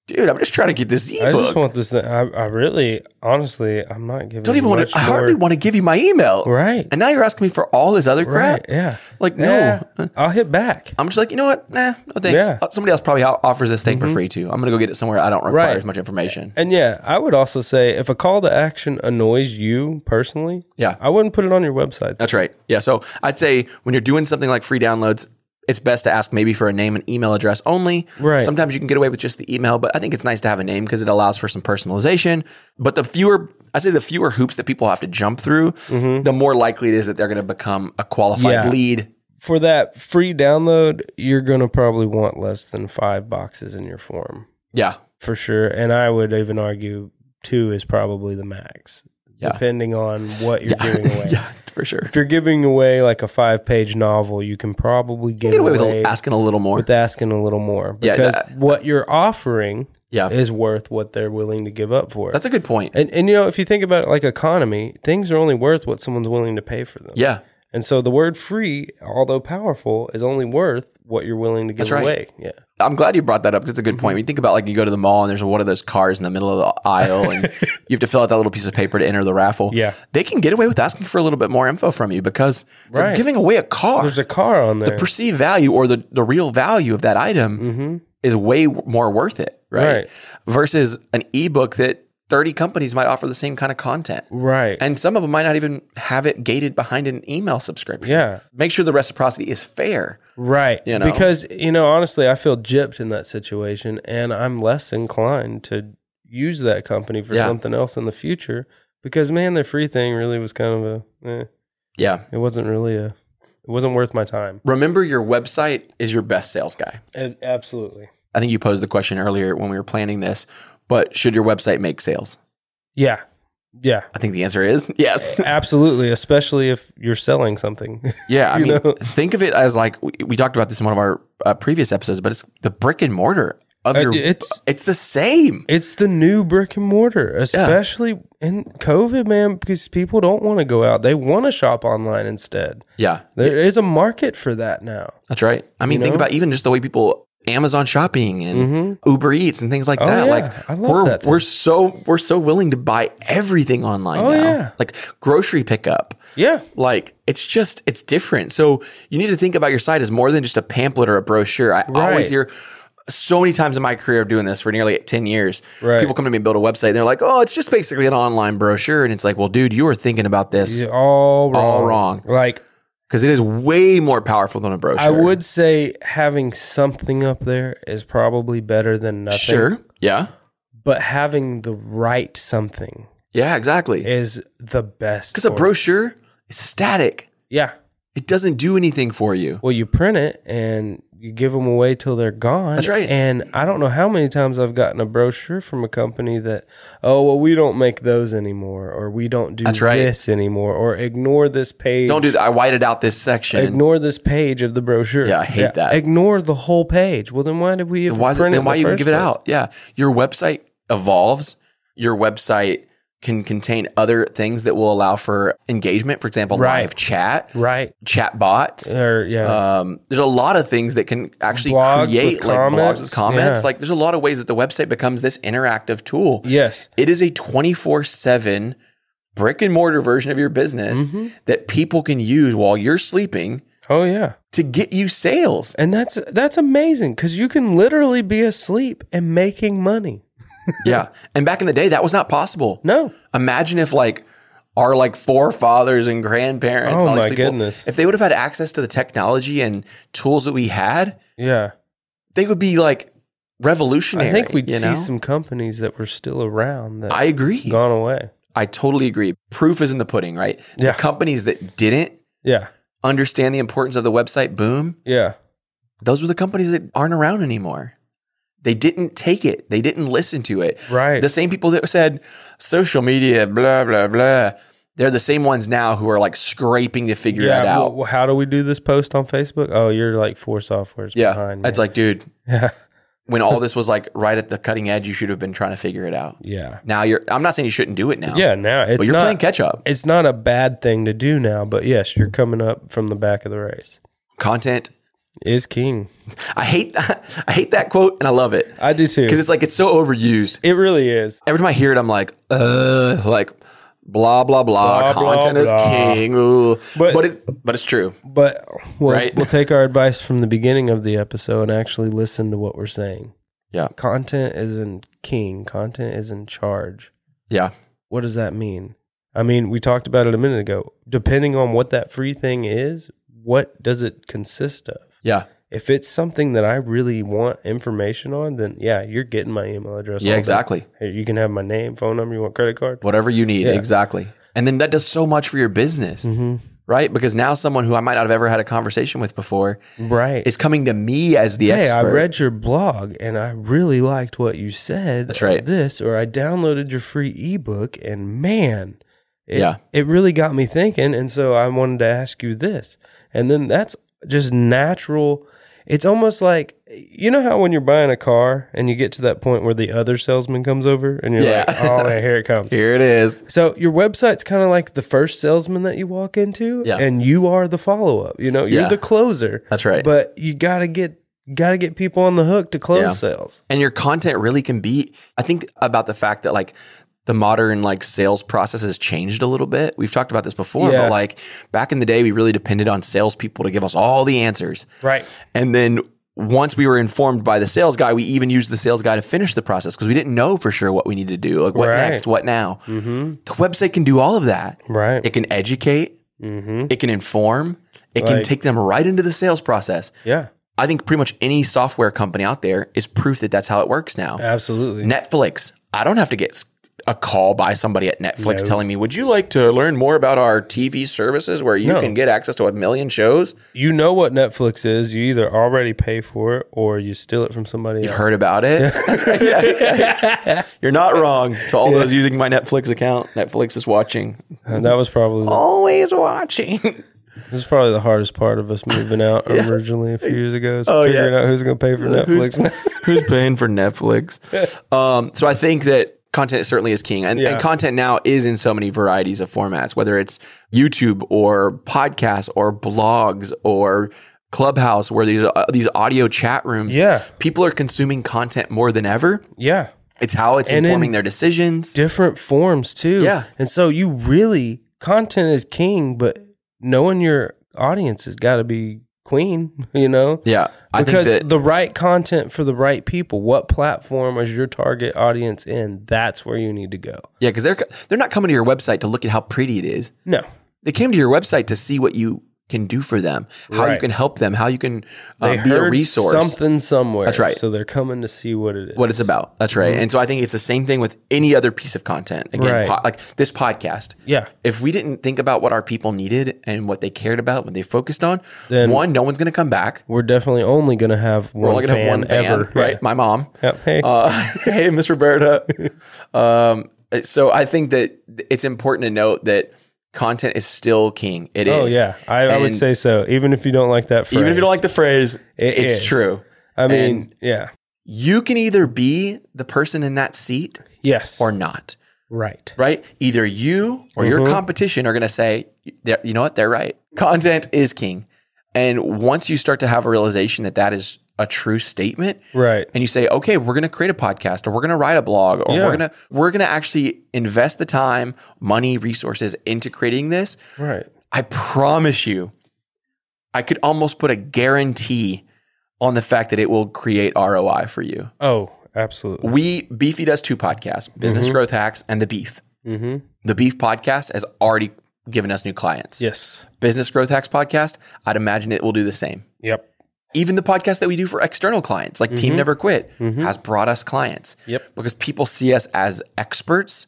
Speaker 2: dude, I'm just trying to get this
Speaker 3: I
Speaker 2: ebook.
Speaker 3: just want this thing. I, I really, honestly, I'm not giving.
Speaker 2: don't even want
Speaker 3: much
Speaker 2: to. I hardly
Speaker 3: more-
Speaker 2: want to give you my email,
Speaker 3: Right.
Speaker 2: And now you're asking me for all this other crap.
Speaker 3: Right. Yeah.
Speaker 2: Like, no.
Speaker 3: Yeah, I'll hit back.
Speaker 2: I'm just like, you know what? Nah, no thanks.
Speaker 3: Yeah. Mm-hmm.
Speaker 2: Uh, Somebody else probably o- offers this thing for free too. I'm gonna go get it somewhere I don't require
Speaker 3: Right.
Speaker 2: as much information.
Speaker 3: And yeah, I would also say if a call to action annoys you personally,
Speaker 2: Yeah.
Speaker 3: I wouldn't put it on your website.
Speaker 2: That's right. Yeah. So I'd say when you're doing something like free downloads, it's best to ask maybe for a name and email address only.
Speaker 3: Right.
Speaker 2: Sometimes you can get away with just the email, but I think it's nice to have a name because it allows for some personalization. But the fewer, I say the fewer hoops that people have to jump through, the more likely it is that they're going to become a qualified
Speaker 3: Mm-hmm. Yeah.
Speaker 2: lead
Speaker 3: for that free download, you're going to probably want less than five boxes in your form
Speaker 2: Yeah.
Speaker 3: for sure. And I would even argue two is probably the max,
Speaker 2: Yeah.
Speaker 3: depending on what you're
Speaker 2: yeah.
Speaker 3: giving away.
Speaker 2: yeah, for sure.
Speaker 3: If you're giving away like a five page novel, you can probably get,
Speaker 2: Get away
Speaker 3: away,
Speaker 2: with a- asking a little more.
Speaker 3: with asking a little more
Speaker 2: Yeah,
Speaker 3: because
Speaker 2: that-
Speaker 3: what you're offering
Speaker 2: yeah.
Speaker 3: is worth what they're willing to give up for. it.
Speaker 2: That's a good point.
Speaker 3: And and you know, if you think about it like economy, things are only worth what someone's willing to pay for them.
Speaker 2: Yeah.
Speaker 3: And so the word free, although powerful, is only worth what you're willing to give
Speaker 2: That's right.
Speaker 3: away. Yeah.
Speaker 2: I'm glad you brought that up. 'cause It's a good
Speaker 3: Mm-hmm.
Speaker 2: point. When you think about like you go to the mall and there's one of those cars in the middle of the aisle and you have to fill out that little piece of paper to enter the raffle.
Speaker 3: Yeah.
Speaker 2: They can get away with asking for a little bit more info from you because they're
Speaker 3: Right.
Speaker 2: giving away a car.
Speaker 3: There's a car on there.
Speaker 2: the perceived value or the, the real value of that item is way w- more worth it, right?
Speaker 3: Mm-hmm. Right.
Speaker 2: Versus an ebook that 30 companies might offer the same kind of content.
Speaker 3: right.
Speaker 2: And some of them might not even have it gated behind an email subscription.
Speaker 3: Yeah.
Speaker 2: Make sure the reciprocity is fair.
Speaker 3: right.
Speaker 2: You know.
Speaker 3: Because, you know, honestly, I feel gypped in that situation and I'm less inclined to use that company for
Speaker 2: Yeah.
Speaker 3: something else in the future because man, the free thing really was kind of a eh,
Speaker 2: Yeah.
Speaker 3: it wasn't really a it wasn't worth my time.
Speaker 2: Remember, your website is your best sales guy.
Speaker 3: absolutely.
Speaker 2: I think you posed the question earlier when we were planning this, but should your website make sales?
Speaker 3: Yeah. Yeah.
Speaker 2: I think the answer is yes.
Speaker 3: Absolutely, especially if you're selling something.
Speaker 2: Yeah, I
Speaker 3: You
Speaker 2: mean,
Speaker 3: know?
Speaker 2: think of it as like we, we talked about this in one of our uh, previous episodes, but it's the brick and mortar of
Speaker 3: Uh,
Speaker 2: your.
Speaker 3: it's-
Speaker 2: it's the same.
Speaker 3: it's the new brick and mortar, especially in COVID, man, because people don't want to go out. They want to shop online instead.
Speaker 2: Yeah,
Speaker 3: There is a market for that now.
Speaker 2: that's right. I mean,
Speaker 3: You
Speaker 2: think
Speaker 3: know? Mm-hmm.
Speaker 2: about even just the way people Amazon shopping and Uber Eats and things like
Speaker 3: Oh,
Speaker 2: that.
Speaker 3: yeah.
Speaker 2: Like,
Speaker 3: I love
Speaker 2: we're
Speaker 3: that thing.
Speaker 2: we're so we're so willing to buy everything online
Speaker 3: Oh,
Speaker 2: now.
Speaker 3: yeah.
Speaker 2: Like grocery pickup.
Speaker 3: Yeah.
Speaker 2: Like it's just it's different. So you need to think about your site as more than just a pamphlet or a brochure. I always
Speaker 3: Right.
Speaker 2: hear so many times in my career of doing this for nearly 10 years.
Speaker 3: Right.
Speaker 2: People come to me and build a website and they're like, "Oh, it's just basically an online brochure." And it's like, "Well, dude, you are thinking about this
Speaker 3: You're all wrong.
Speaker 2: All wrong.
Speaker 3: Like,
Speaker 2: because it is way more powerful than a brochure."
Speaker 3: I would say having something up there is probably better than nothing.
Speaker 2: Sure. Yeah.
Speaker 3: But having the right something
Speaker 2: Yeah, exactly.
Speaker 3: is the best.
Speaker 2: Cuz a
Speaker 3: for it.
Speaker 2: brochure is static.
Speaker 3: Yeah.
Speaker 2: It doesn't do anything for you.
Speaker 3: Well, you print it and you give them away till they're gone.
Speaker 2: That's right.
Speaker 3: And I don't know how many times I've gotten a brochure from a company that, oh, well, we don't make those anymore, or we don't do
Speaker 2: That's right.
Speaker 3: this anymore, or ignore this page.
Speaker 2: Don't do that. I whited out this section.
Speaker 3: Ignore this page of the brochure.
Speaker 2: Yeah, I hate that.
Speaker 3: Ignore the whole page. Well, then why did we even
Speaker 2: Why is it,
Speaker 3: print it?
Speaker 2: then
Speaker 3: in
Speaker 2: why
Speaker 3: the
Speaker 2: even
Speaker 3: first
Speaker 2: give it
Speaker 3: place?
Speaker 2: out? Yeah. Your website evolves. Your website can contain other things that will allow for engagement. For example,
Speaker 3: Right.
Speaker 2: live chat,
Speaker 3: Right.
Speaker 2: chat bots.
Speaker 3: Or yeah.
Speaker 2: Um, there's a lot of things that can actually
Speaker 3: Blogs with
Speaker 2: create like blogs with
Speaker 3: comments.
Speaker 2: comments.
Speaker 3: Yeah.
Speaker 2: Like there's a lot of ways that the website becomes this interactive tool.
Speaker 3: yes.
Speaker 2: It is a 24 7 brick and mortar version of your business
Speaker 3: Mm-hmm.
Speaker 2: that people can use while you're sleeping
Speaker 3: Oh yeah.
Speaker 2: to get you sales.
Speaker 3: And that's that's amazing because you can literally be asleep and making money.
Speaker 2: yeah. And back in the day, that was not possible.
Speaker 3: No.
Speaker 2: Imagine if like our like forefathers and grandparents,
Speaker 3: Oh,
Speaker 2: all these
Speaker 3: my
Speaker 2: people,
Speaker 3: goodness.
Speaker 2: if they would have had access to the technology and tools that we had,
Speaker 3: Yeah.
Speaker 2: they would be like revolutionary.
Speaker 3: I think we'd
Speaker 2: you
Speaker 3: see
Speaker 2: know?
Speaker 3: some companies that were still around that
Speaker 2: I agree.
Speaker 3: gone away.
Speaker 2: I totally agree. Proof is in the pudding, right?
Speaker 3: Yeah.
Speaker 2: The companies that didn't
Speaker 3: Yeah,
Speaker 2: understand the importance of the website boom,
Speaker 3: yeah,
Speaker 2: those were the companies that aren't around anymore. They didn't take it. They didn't listen to it.
Speaker 3: right.
Speaker 2: The same people that said social media, blah, blah, blah. They're the same ones now who are like scraping to figure
Speaker 3: yeah.
Speaker 2: that out.
Speaker 3: well, how do we do this post on Facebook? Oh, you're like four softwares
Speaker 2: Yeah.
Speaker 3: behind.
Speaker 2: It's
Speaker 3: man.
Speaker 2: like, dude,
Speaker 3: yeah,
Speaker 2: when all this was like right at the cutting edge, you should have been trying to figure it out.
Speaker 3: yeah,
Speaker 2: Now you're, I'm not saying you shouldn't do it now.
Speaker 3: yeah. Now it's
Speaker 2: But you're
Speaker 3: not.
Speaker 2: playing catch up.
Speaker 3: it's not a bad thing to do now, but yes, you're coming up from the back of the race.
Speaker 2: Content.
Speaker 3: Is king.
Speaker 2: I hate that. I hate that quote and I love it
Speaker 3: I do too.
Speaker 2: because it's like, it's so overused.
Speaker 3: it really is.
Speaker 2: Every time I hear it, I'm like, uh, like, blah, blah, blah.
Speaker 3: Blah, blah,
Speaker 2: Content is
Speaker 3: blah.
Speaker 2: king. Ooh. But,
Speaker 3: But-
Speaker 2: it, but it's true.
Speaker 3: But we'll,
Speaker 2: Right.
Speaker 3: we'll take our advice from the beginning of the episode and actually listen to what we're saying.
Speaker 2: Yeah.
Speaker 3: Content isn't king. Content is in charge.
Speaker 2: Yeah.
Speaker 3: what does that mean? I mean, we talked about it a minute ago. Depending on what that free thing is, what does it consist of?
Speaker 2: Yeah.
Speaker 3: If it's something that I really want information on, then yeah, you're getting my email address.
Speaker 2: Yeah,
Speaker 3: all day.
Speaker 2: exactly.
Speaker 3: Hey, you can have my name, phone number. You want credit card?
Speaker 2: Whatever you need.
Speaker 3: Yeah.
Speaker 2: Exactly. And then that does so much for your business.
Speaker 3: Mm-hmm.
Speaker 2: right? Because now someone who I might not have ever had a conversation with before
Speaker 3: Right.
Speaker 2: is coming to me as the
Speaker 3: hey,
Speaker 2: expert.
Speaker 3: I read your blog and I really liked what you said.
Speaker 2: That's right.
Speaker 3: of This, or I downloaded your free ebook and man, it,
Speaker 2: Yeah.
Speaker 3: it really got me thinking. And so I wanted to ask you this. And then that's just natural. It's almost like, you know how when you're buying a car and you get to that point where the other salesman comes over and you're
Speaker 2: Yeah.
Speaker 3: like, oh, man, here it comes.
Speaker 2: Here it is.
Speaker 3: So your website's kind of like the first salesman that you walk into,
Speaker 2: Yeah.
Speaker 3: and you are the follow up. You know, you're
Speaker 2: Yeah.
Speaker 3: the closer.
Speaker 2: That's right.
Speaker 3: But you gotta get gotta get people on the hook to close
Speaker 2: Yeah.
Speaker 3: sales.
Speaker 2: and your content really can be i think about the fact that like the modern like sales process has changed a little bit we've talked about this before
Speaker 3: Yeah.
Speaker 2: but like back in the day we really depended on salespeople to give us all the answers
Speaker 3: Right.
Speaker 2: and then once we were informed by the sales guy we even used the sales guy to finish the process because we didn't know for sure what we needed to do like what
Speaker 3: Right.
Speaker 2: next what now mm-hmm. the website can do all of that
Speaker 3: Right.
Speaker 2: it can educate
Speaker 3: mm-hmm.
Speaker 2: it can inform it can
Speaker 3: Like-
Speaker 2: take them right into the sales process
Speaker 3: Yeah.
Speaker 2: i think pretty much any software company out there is proof that that's how it works now
Speaker 3: Absolutely.
Speaker 2: Netflix. I don't have to get s- a call by somebody at Netflix telling me, "Would you like to learn more about our TV services where you
Speaker 3: No.
Speaker 2: can get access to a million shows?"
Speaker 3: You know what Netflix is. You either already pay for it or you steal it from somebody
Speaker 2: You've
Speaker 3: else.
Speaker 2: heard about it. You're not wrong. To all those using my Netflix account, Netflix is watching.
Speaker 3: And that was probably the,
Speaker 2: Always watching.
Speaker 3: this is probably the hardest part of us moving out originally a few years ago. Is
Speaker 2: Oh, yeah.
Speaker 3: figuring out who's gonna pay for Netflix. now.
Speaker 2: Who's paying for Netflix? Um, so I think that content certainly is king, and,
Speaker 3: Yeah.
Speaker 2: and content now is in so many varieties of formats, whether it's YouTube or podcasts or blogs or Clubhouse, where these uh, these audio chat rooms.
Speaker 3: Yeah.
Speaker 2: people are consuming content more than ever.
Speaker 3: yeah.
Speaker 2: It's how it's
Speaker 3: And in-
Speaker 2: informing their decisions.
Speaker 3: different forms too.
Speaker 2: Yeah.
Speaker 3: And so you really content is king, but knowing your audience has got to be queen, you know?
Speaker 2: yeah, I think
Speaker 3: because
Speaker 2: that
Speaker 3: the right content for the right people, what platform is your target audience in? That's where you need to go.
Speaker 2: yeah, because they're co- they're not coming to your website to look at how pretty it is.
Speaker 3: No.
Speaker 2: they came to your website to see what you can do for them, how you
Speaker 3: Right.
Speaker 2: can help them, how you can uh,
Speaker 3: They
Speaker 2: be a
Speaker 3: heard
Speaker 2: resource,
Speaker 3: something somewhere. That's
Speaker 2: right.
Speaker 3: So they're coming to see what it is.
Speaker 2: what it's about. That's right. And so I think it's the same thing with any other piece of content. Again,
Speaker 3: Mm-hmm. Right.
Speaker 2: po- like this podcast.
Speaker 3: Yeah.
Speaker 2: If we didn't think about what our people needed and what they cared about, what they focused on,
Speaker 3: Then-
Speaker 2: one, no one's going to come back.
Speaker 3: We're definitely only going to have one
Speaker 2: We're only going to
Speaker 3: fan
Speaker 2: have one fan,
Speaker 3: ever.
Speaker 2: right? My mom.
Speaker 3: Yeah. Hey. oh,
Speaker 2: Uh, hey, Miss Roberta. um, so I think that it's important to note that content is still king. It is.
Speaker 3: oh, yeah. I, I would
Speaker 2: And-
Speaker 3: say so. Even if you don't like that phrase.
Speaker 2: Even if you don't like the phrase,
Speaker 3: It
Speaker 2: it's
Speaker 3: is.
Speaker 2: true.
Speaker 3: I mean,
Speaker 2: and-
Speaker 3: yeah.
Speaker 2: You can either be the person in that seat
Speaker 3: Yes.
Speaker 2: or not,
Speaker 3: right.
Speaker 2: right? Either you or your competition are going to say, "Yeah, you know what, they're right. Content is king. And once you start to have a realization that that is a true statement,
Speaker 3: Right.
Speaker 2: and you say, okay, we're going to create a podcast or we're going to write a blog or
Speaker 3: Yeah.
Speaker 2: we're going to we're going to actually invest the time, money, resources into creating this,
Speaker 3: Right.
Speaker 2: I promise you, I could almost put a guarantee on the fact that it will create ROI for you.
Speaker 3: Oh, absolutely.
Speaker 2: We Beefy does two podcasts, Business Growth Hacks and The Beef.
Speaker 3: Mm-hmm.
Speaker 2: The Beef podcast has already given us new clients.
Speaker 3: Yes.
Speaker 2: Business Growth Hacks podcast, I'd imagine it will do the same.
Speaker 3: Yep.
Speaker 2: Even the podcast that we do for external clients, like Team Never Quit, has brought us clients.
Speaker 3: Mm-hmm. Yep.
Speaker 2: Because people see us as experts.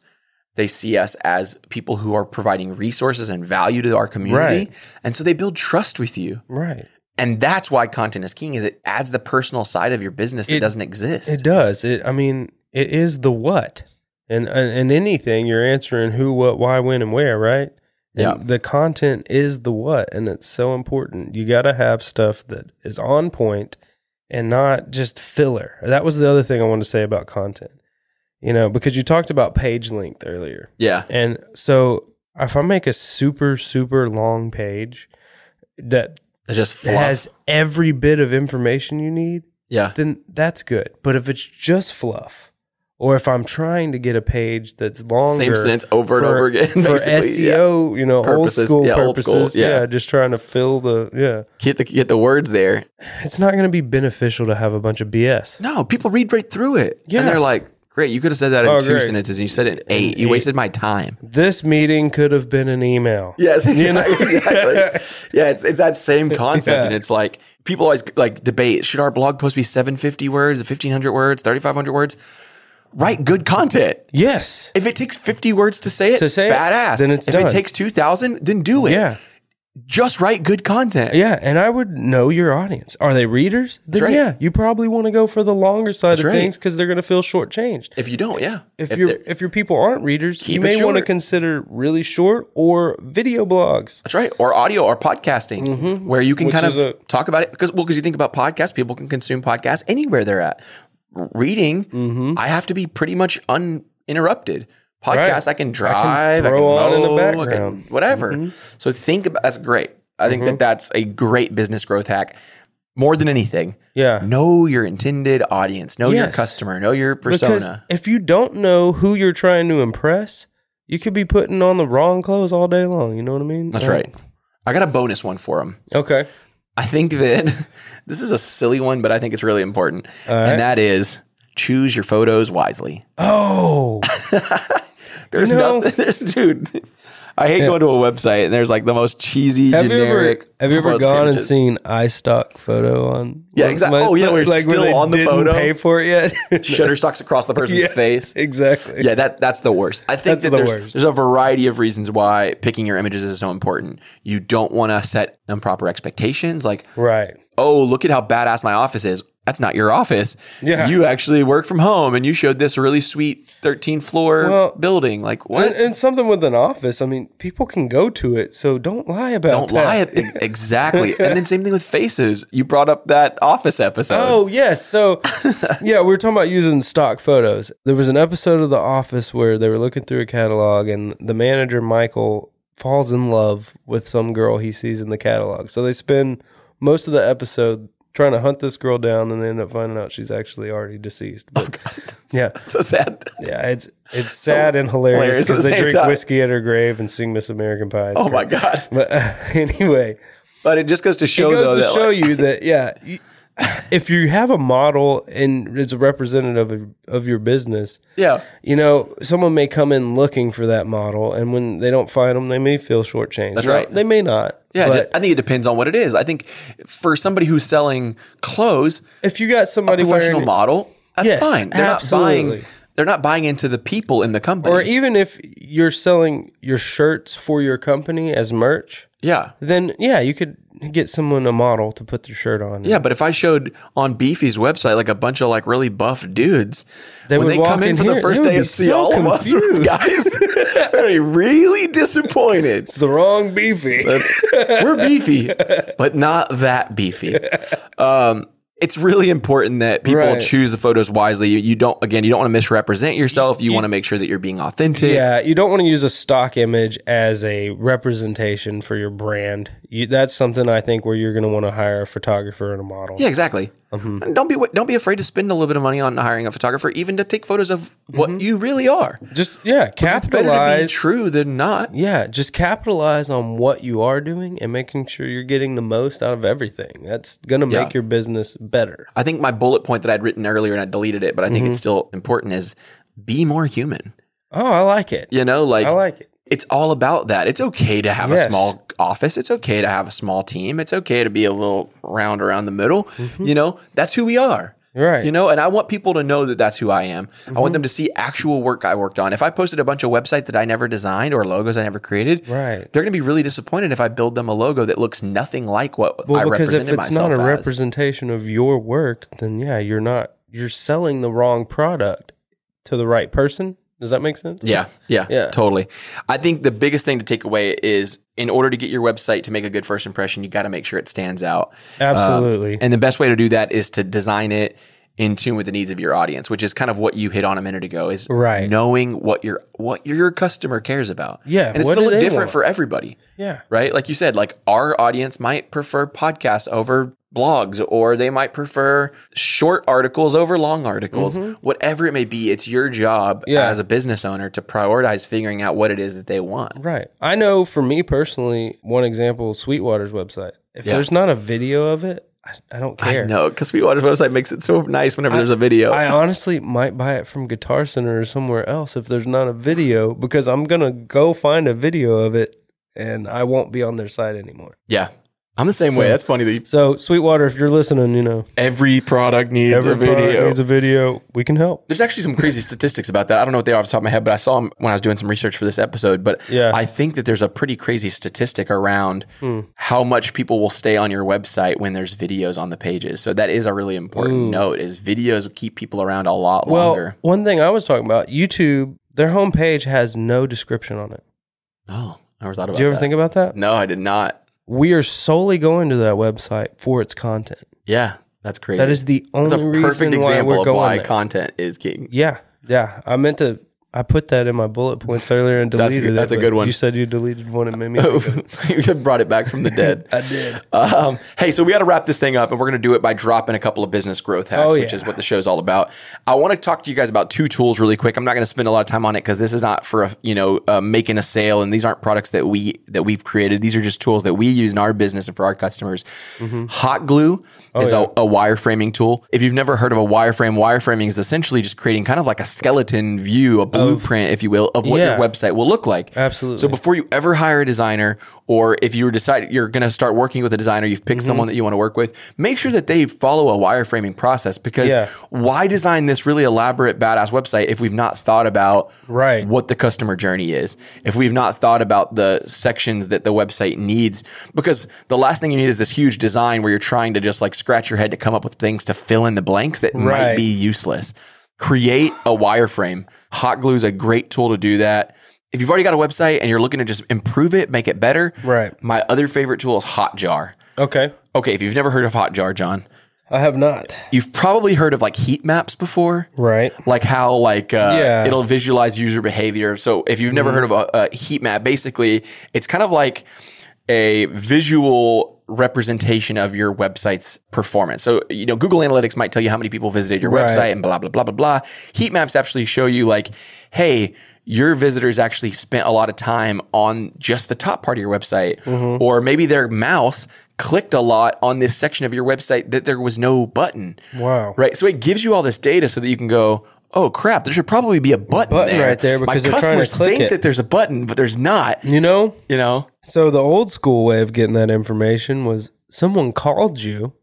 Speaker 2: They see us as people who are providing resources and value to our community.
Speaker 3: Right.
Speaker 2: And so they build trust with you.
Speaker 3: Right.
Speaker 2: And that's why content is king is it adds the personal side of your business that
Speaker 3: It-
Speaker 2: doesn't exist.
Speaker 3: It does. It. I mean, it is the what, and and, and anything you're answering who, what, why, when, and where. Right.
Speaker 2: Yeah.
Speaker 3: And The content is the what, and it's so important. You got to have stuff that is on point and not just filler. That was the other thing I wanted to say about content. You know, because you talked about page length earlier.
Speaker 2: yeah.
Speaker 3: And so if I make a super, super long page that
Speaker 2: It's just fluff.
Speaker 3: has every bit of information you need,
Speaker 2: yeah.
Speaker 3: then that's good. But if it's just fluff, or if I'm trying to get a page that's longer,
Speaker 2: Same sentence over and over again,
Speaker 3: for
Speaker 2: basically, yeah.
Speaker 3: SEO, you know,
Speaker 2: Purposes,
Speaker 3: old school
Speaker 2: yeah, old
Speaker 3: purposes,
Speaker 2: school, yeah.
Speaker 3: yeah. just trying to fill the yeah,
Speaker 2: Get the get the words there.
Speaker 3: it's not going to be beneficial to have a bunch of BS.
Speaker 2: No, people read right through it.
Speaker 3: Yeah.
Speaker 2: And they're like, great, you could have said that in
Speaker 3: Oh,
Speaker 2: two
Speaker 3: great.
Speaker 2: sentences and you said it in eight. you
Speaker 3: eight.
Speaker 2: wasted my time.
Speaker 3: This meeting could have been an email.
Speaker 2: Yes, exactly. exactly. Yeah, it's, it's that same concept.
Speaker 3: Yeah.
Speaker 2: And it's like people always like debate, should our blog post be 750 words, 1500 words, 3500 words? Write good content.
Speaker 3: Yes.
Speaker 2: If it takes 50 words to say it,
Speaker 3: To say it,
Speaker 2: badass.
Speaker 3: then it's
Speaker 2: if
Speaker 3: done.
Speaker 2: it takes 2000, then do it.
Speaker 3: Yeah.
Speaker 2: just write good content.
Speaker 3: Yeah, and I would know your audience. Are they readers? Then
Speaker 2: That's right.
Speaker 3: yeah, you probably want to go for the longer side
Speaker 2: That's
Speaker 3: of
Speaker 2: right.
Speaker 3: things because they're going to feel shortchanged.
Speaker 2: If you don't, yeah.
Speaker 3: If, your
Speaker 2: they're-
Speaker 3: if your people aren't readers, you
Speaker 2: Keep it
Speaker 3: may want to
Speaker 2: short.
Speaker 3: consider really short or video blogs.
Speaker 2: That's right. Or audio or podcasting, where you can
Speaker 3: Mm-hmm. Which
Speaker 2: kind
Speaker 3: is
Speaker 2: of
Speaker 3: a-
Speaker 2: talk about it. Because well, because you think about podcasts, people can consume podcasts anywhere they're at. Reading,
Speaker 3: Mm-hmm.
Speaker 2: I have to be pretty much uninterrupted. Podcasts, I can drive, I can,
Speaker 3: throw on in the
Speaker 2: mow, I can
Speaker 3: background. Mm-hmm.
Speaker 2: whatever. So think about that's great. I think that that's a great business growth hack. More than anything,
Speaker 3: Yeah.
Speaker 2: know your intended audience, know your
Speaker 3: Yes.
Speaker 2: customer, know your
Speaker 3: Because
Speaker 2: persona.
Speaker 3: if you don't know who you're trying to impress, you could be putting on the wrong clothes all day long. You know what I mean?
Speaker 2: that's
Speaker 3: Uh,
Speaker 2: right. I got a bonus one for them.
Speaker 3: Okay.
Speaker 2: I think that this is a silly one, but I think it's really important.
Speaker 3: right.
Speaker 2: And that is choose your photos wisely.
Speaker 3: Oh,
Speaker 2: There's
Speaker 3: You know-
Speaker 2: nothing. There's dude. I hate going to a website and there's like the most cheesy
Speaker 3: have you
Speaker 2: generic.
Speaker 3: ever have you ever
Speaker 2: photos
Speaker 3: gone and
Speaker 2: pages.
Speaker 3: seen iStock photo on?
Speaker 2: Yeah,
Speaker 3: on
Speaker 2: exactly.
Speaker 3: somebody's
Speaker 2: Oh, yeah,
Speaker 3: stuff?
Speaker 2: where it's still
Speaker 3: they
Speaker 2: on the
Speaker 3: didn't
Speaker 2: photo.
Speaker 3: Pay for it yet?
Speaker 2: shutterstocks across the person's
Speaker 3: Yeah,
Speaker 2: face?
Speaker 3: exactly.
Speaker 2: Yeah, that that's the worst. I think
Speaker 3: That's
Speaker 2: that
Speaker 3: the
Speaker 2: there's
Speaker 3: worst.
Speaker 2: there's a variety of reasons why picking your images is so important. You don't want to set improper expectations like
Speaker 3: Right.
Speaker 2: oh, look at how badass my office is. That's not your office.
Speaker 3: Yeah.
Speaker 2: You actually work from home and you showed this really sweet 13 floor
Speaker 3: Well,
Speaker 2: building. Like, what?
Speaker 3: And, and something with an office. I mean, people can go to it, so don't lie about
Speaker 2: Don't
Speaker 3: that.
Speaker 2: lie. E- Exactly. and then, same thing with faces. You brought up that office episode.
Speaker 3: Oh yes, so yeah, we were talking about using stock photos. There was an episode of The Office where they were looking through a catalog, and the manager Michael falls in love with some girl he sees in the catalog. So they spend most of the episode trying to hunt this girl down, and they end up finding out she's actually already deceased. But yeah,
Speaker 2: So sad.
Speaker 3: yeah, it's it's sad and hilarious
Speaker 2: Hilarious at
Speaker 3: because
Speaker 2: the
Speaker 3: they
Speaker 2: same
Speaker 3: drink
Speaker 2: time.
Speaker 3: whiskey at her grave and sing Miss American Pie. It's
Speaker 2: Oh my
Speaker 3: great.
Speaker 2: God.
Speaker 3: But anyway,
Speaker 2: But it just goes to show,
Speaker 3: it
Speaker 2: though,
Speaker 3: goes
Speaker 2: that
Speaker 3: to show
Speaker 2: like,
Speaker 3: you that yeah you- if you have a model and it's a representative of, of your business
Speaker 2: yeah.
Speaker 3: you know someone may come in looking for that model and when they don't find them they may feel shortchanged
Speaker 2: That's
Speaker 3: Now,
Speaker 2: right.
Speaker 3: they may not
Speaker 2: Yeah,
Speaker 3: but
Speaker 2: I think it depends on what it is. I think for somebody who's selling clothes,
Speaker 3: if you got somebody
Speaker 2: professional
Speaker 3: wearing
Speaker 2: model, that's
Speaker 3: Yes,
Speaker 2: fine. They're not buying.
Speaker 3: absolutely.
Speaker 2: They're not buying into the people in the company.
Speaker 3: or e- even if you're selling your shirts for your company as merch
Speaker 2: yeah,
Speaker 3: then yeah you could get someone a model to put their shirt on
Speaker 2: Yeah, but if I showed on Beefy's website like a bunch of like really buff dudes,
Speaker 3: They
Speaker 2: when
Speaker 3: would
Speaker 2: they
Speaker 3: walk
Speaker 2: come in
Speaker 3: in
Speaker 2: for the
Speaker 3: here,
Speaker 2: first
Speaker 3: they
Speaker 2: day
Speaker 3: would
Speaker 2: and
Speaker 3: be
Speaker 2: see
Speaker 3: so
Speaker 2: all of us
Speaker 3: confused.
Speaker 2: guys, they're be really disappointed.
Speaker 3: it's the wrong beefy
Speaker 2: We're beefy, but not that beefy. Um, it's really important that people
Speaker 3: Right.
Speaker 2: choose the photos wisely. You, you don't again, you don't want to misrepresent yourself. You, want to make sure that you're being authentic.
Speaker 3: Yeah, you don't want to use a stock image as a representation for your brand. You, that's something I think where you're going to want to hire a photographer and a model.
Speaker 2: Yeah, exactly.
Speaker 3: Mm-hmm.
Speaker 2: And don't be wa- don't be afraid to spend a little bit of money on hiring a photographer, even to take photos of what you really are.
Speaker 3: Just yeah,
Speaker 2: It's better to be
Speaker 3: Mm-hmm. capitalize.
Speaker 2: true than not.
Speaker 3: Yeah, just capitalize on what you are doing and making sure you're getting the most out of everything. That's going to make
Speaker 2: Yeah.
Speaker 3: your business better.
Speaker 2: I think my bullet point that I'd written earlier and I deleted it, but I think
Speaker 3: Mm-hmm.
Speaker 2: it's still important is be more human.
Speaker 3: Oh, I like it.
Speaker 2: You know, like,
Speaker 3: I like it.
Speaker 2: it's all about that. It's okay to have a
Speaker 3: Yes.
Speaker 2: small office. It's okay to have a small team. It's okay to be a little round around the middle. You know, that's who we are.
Speaker 3: Mm-hmm. Right. Mm-hmm.
Speaker 2: You know, and I want people to know that that's who I am. I want them to see actual work I worked on. If I posted a bunch of websites that I never designed or logos I never created,
Speaker 3: Right.
Speaker 2: they're going to be really disappointed if I build them a logo that looks nothing like what I
Speaker 3: Well, because if
Speaker 2: represented
Speaker 3: it's not
Speaker 2: myself
Speaker 3: a
Speaker 2: as.
Speaker 3: representation of your work, then yeah, you're not you're selling the wrong product to the right person. Does that make sense?
Speaker 2: Yeah, yeah,
Speaker 3: Yeah.
Speaker 2: totally. I think the biggest thing to take away is in order to get your website to make a good first impression, you got to make sure it stands out.
Speaker 3: Absolutely.
Speaker 2: And the best way to do that is to design it in tune with the needs of your audience, which is kind of what you hit on a minute ago is
Speaker 3: Right.
Speaker 2: knowing what your what your customer cares about.
Speaker 3: Yeah,
Speaker 2: And it's
Speaker 3: what
Speaker 2: going to
Speaker 3: do
Speaker 2: look
Speaker 3: they
Speaker 2: different
Speaker 3: want?
Speaker 2: for everybody.
Speaker 3: yeah.
Speaker 2: Right? Like you said, like our audience might prefer podcasts over blogs or they might prefer short articles over long articles. Whatever it may be, it's your job
Speaker 3: Mm-hmm. Yeah.
Speaker 2: as a business owner to prioritize figuring out what it is that they want.
Speaker 3: Right. I know for me personally, one example, Sweetwater's website. If
Speaker 2: Yeah.
Speaker 3: there's not a video of it, I, I don't care.
Speaker 2: I know, because Sweetwater's website makes it so nice whenever there's a video.
Speaker 3: I honestly might buy it from Guitar Center or somewhere else if there's not a video because I'm going to go find a video of it and I won't be on their site anymore.
Speaker 2: yeah. I'm the same way.
Speaker 4: So-
Speaker 2: That's funny. That you,
Speaker 3: So, Sweetwater, if you're listening, you know,
Speaker 2: every product needs a
Speaker 3: every product
Speaker 2: video.
Speaker 3: needs a video. We can help.
Speaker 2: There's actually some crazy statistics about that. I don't know what they are off the top of my head, but I saw them when I was doing some research for this episode. But
Speaker 3: Yeah. Hmm.
Speaker 2: I think that there's a pretty crazy statistic around how much people will stay on your website when there's videos on the pages. So that is a really important note: is videos keep people around a lot
Speaker 3: Hmm. Well,
Speaker 2: longer.
Speaker 3: one thing I was talking about YouTube, their homepage has no description on it.
Speaker 2: No, I never thought about.
Speaker 3: Did you ever
Speaker 2: that.
Speaker 3: think about that?
Speaker 2: No, I did not.
Speaker 3: We are solely going to that website for its content.
Speaker 2: Yeah, that's crazy.
Speaker 3: That is the
Speaker 2: That's
Speaker 3: only
Speaker 2: a
Speaker 3: reason
Speaker 2: perfect
Speaker 3: why
Speaker 2: example
Speaker 3: we're
Speaker 2: of
Speaker 3: going
Speaker 2: why
Speaker 3: there.
Speaker 2: content is king.
Speaker 3: Yeah, yeah. I meant to. I put that in my bullet points earlier and
Speaker 2: That's
Speaker 3: deleted
Speaker 2: good-
Speaker 3: it.
Speaker 2: that's a
Speaker 3: but
Speaker 2: good one.
Speaker 3: You said you deleted one and made me. think of it.
Speaker 2: you just brought it back from the dead. I did. Um, hey, so we got to wrap this thing up, and we're going to do it by dropping a couple of business growth hacks,
Speaker 3: Oh,
Speaker 2: which
Speaker 3: yeah.
Speaker 2: is what the show's all about. I want to talk to you guys about two tools really quick. I'm not going to spend a lot of time on it because this is not for a, you know uh, making a sale, and these aren't products that we that we've created. These are just tools that we use in our business and for our customers.
Speaker 3: Mm-hmm.
Speaker 2: Hot glue
Speaker 3: Oh,
Speaker 2: is a, a wireframing tool. If you've never heard of a wireframe, wireframing is essentially just creating kind of like a skeleton view, a blueprint, if you will, of what
Speaker 3: Yeah.
Speaker 2: your website will look like.
Speaker 3: Absolutely.
Speaker 2: So before you ever hire a designer, or if you decide you're going to start working with a designer, you've
Speaker 3: Mm-hmm.
Speaker 2: picked someone that you want to work with, make sure that they follow a wireframing process because
Speaker 3: Yeah.
Speaker 2: why design this really elaborate badass website if we've not thought about
Speaker 3: Right.
Speaker 2: what the customer journey is, if we've not thought about the sections that the website needs, because the last thing you need is this huge design where you're trying to just like scratch your head to come up with things to fill in the blanks that might
Speaker 3: Right.
Speaker 2: be useless. Create a wireframe. Hot glue is a great tool to do that. If you've already got a website and you're looking to just improve it, make it better,
Speaker 3: Right.
Speaker 2: My other favorite tool is Hotjar.
Speaker 3: Okay,
Speaker 2: Okay, if you've never heard of Hotjar, John,
Speaker 3: I have not.
Speaker 2: you've probably heard of like heat maps before
Speaker 3: Right.
Speaker 2: like how like uh,
Speaker 3: Yeah. Mm-hmm.
Speaker 2: it'll visualize user behavior. So if you've never heard of a, a heat map, basically it's kind of like a visual representation of your website's performance. So you know Google Analytics might tell you how many people visited your
Speaker 3: Right.
Speaker 2: website and blah blah blah blah blah. Heat maps actually show you like, hey. Your visitors actually spent a lot of time on just the top part of your website,
Speaker 3: Mm-hmm.
Speaker 2: or maybe their mouse clicked a lot on this section of your website that there was no button.
Speaker 3: Wow.
Speaker 2: Right. So it gives you all this data so that you can go, oh crap, there should probably be a button,
Speaker 3: Button
Speaker 2: there.
Speaker 3: right there because
Speaker 2: My
Speaker 3: they're trying to
Speaker 2: customers
Speaker 3: click
Speaker 2: think
Speaker 3: it.
Speaker 2: that there's a button, but there's not.
Speaker 3: You know,
Speaker 2: You know,
Speaker 3: so the old school way of getting that information was someone called you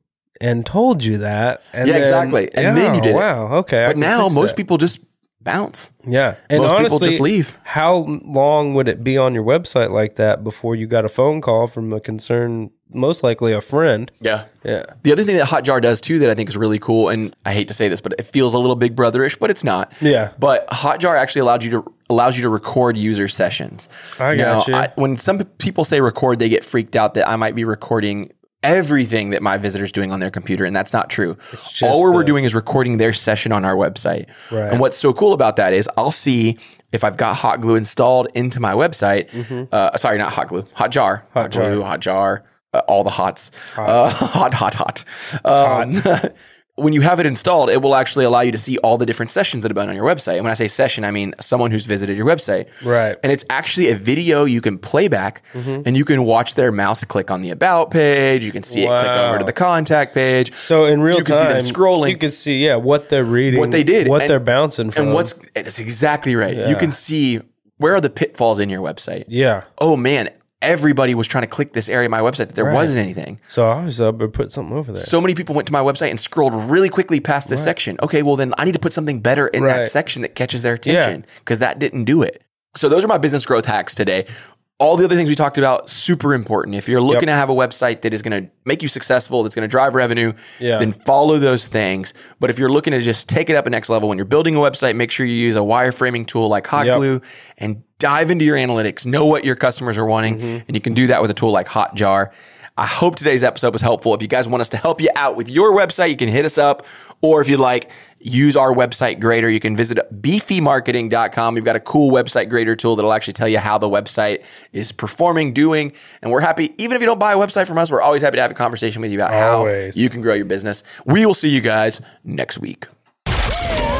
Speaker 3: and told you that. And
Speaker 2: Yeah,
Speaker 3: then-
Speaker 2: exactly. And then you did it.
Speaker 3: Wow. Okay. I
Speaker 2: but
Speaker 3: can
Speaker 2: now
Speaker 3: fix
Speaker 2: most
Speaker 3: that.
Speaker 2: people just bounce.
Speaker 3: Yeah, and
Speaker 2: Most people
Speaker 3: honestly,
Speaker 2: just leave.
Speaker 3: How long would it be on your website like that before you got a phone call from a concerned, most likely a friend?
Speaker 2: Yeah.
Speaker 3: Yeah,
Speaker 2: The other thing that Hotjar does too that I think is really cool, and I hate to say this, but it feels a little big brotherish, but it's not.
Speaker 3: Yeah.
Speaker 2: But Hotjar actually allowed you to allows you to record user sessions.
Speaker 3: I
Speaker 2: Now,
Speaker 3: gotcha.
Speaker 2: when some people say record, they get freaked out that I might be recording everything that my visitors doing on their computer, and that's not true.
Speaker 3: just
Speaker 2: All we're,
Speaker 3: the-
Speaker 2: doing is recording their session on our website.
Speaker 3: Right.
Speaker 2: And what's so cool about that is I'll see if I've got hot glue installed into my website.
Speaker 3: Mm-hmm.
Speaker 2: Uh, sorry, not hot glue, hot jar, hot, glue, hot jar, uh, all the hots, Uh, hot, hot, hot. Um, when you have it installed, it will actually allow you to see all the different sessions that have been on your website. And when I say session, I mean someone who's visited your website.
Speaker 3: Right.
Speaker 2: And it's actually a video you can play back
Speaker 3: Mm-hmm.
Speaker 2: and you can watch their mouse click on the about page. You can see it click over
Speaker 3: Wow.
Speaker 2: to the contact page.
Speaker 3: So in real
Speaker 2: You can see
Speaker 3: time,
Speaker 2: them scrolling.
Speaker 3: you can see yeah what they're reading,
Speaker 2: What they did,
Speaker 3: what
Speaker 2: and-
Speaker 3: they're bouncing from,
Speaker 2: And what's that's exactly right. You can see where are the pitfalls in your website.
Speaker 3: yeah.
Speaker 2: Oh man, everybody was trying to click this area of my website that there wasn't anything.
Speaker 3: So I was up and put something over there.
Speaker 2: So many people went to my website and scrolled really quickly past this section. Okay, well then I need to put something better in that
Speaker 3: Right.
Speaker 2: section that catches their attention because that didn't do it. So those are my business growth hacks today. All the other things we talked about super important. If you're looking to have a website that is going to make you successful, that's going to drive revenue,
Speaker 3: Yeah.
Speaker 2: then follow those things. But if you're looking to just take it up a next level when you're building a website, make sure you use a wireframing tool like Hot
Speaker 3: Yep.
Speaker 2: Glue and dive into your analytics. Know what your customers are wanting,
Speaker 3: Mm-hmm.
Speaker 2: and you can do that with a tool like Hotjar. I hope today's episode was helpful. If you guys want us to help you out with your website, you can hit us up. Or if you'd like, use our website grader. You can visit beefymarketing.com. We've got a cool website grader tool that'll actually tell you how the website is performing, doing. And we're happy, even if you don't buy a website from us, we're always happy to have a conversation with you about
Speaker 3: Always.
Speaker 2: how you can grow your business. We will see you guys next week.
Speaker 5: ah,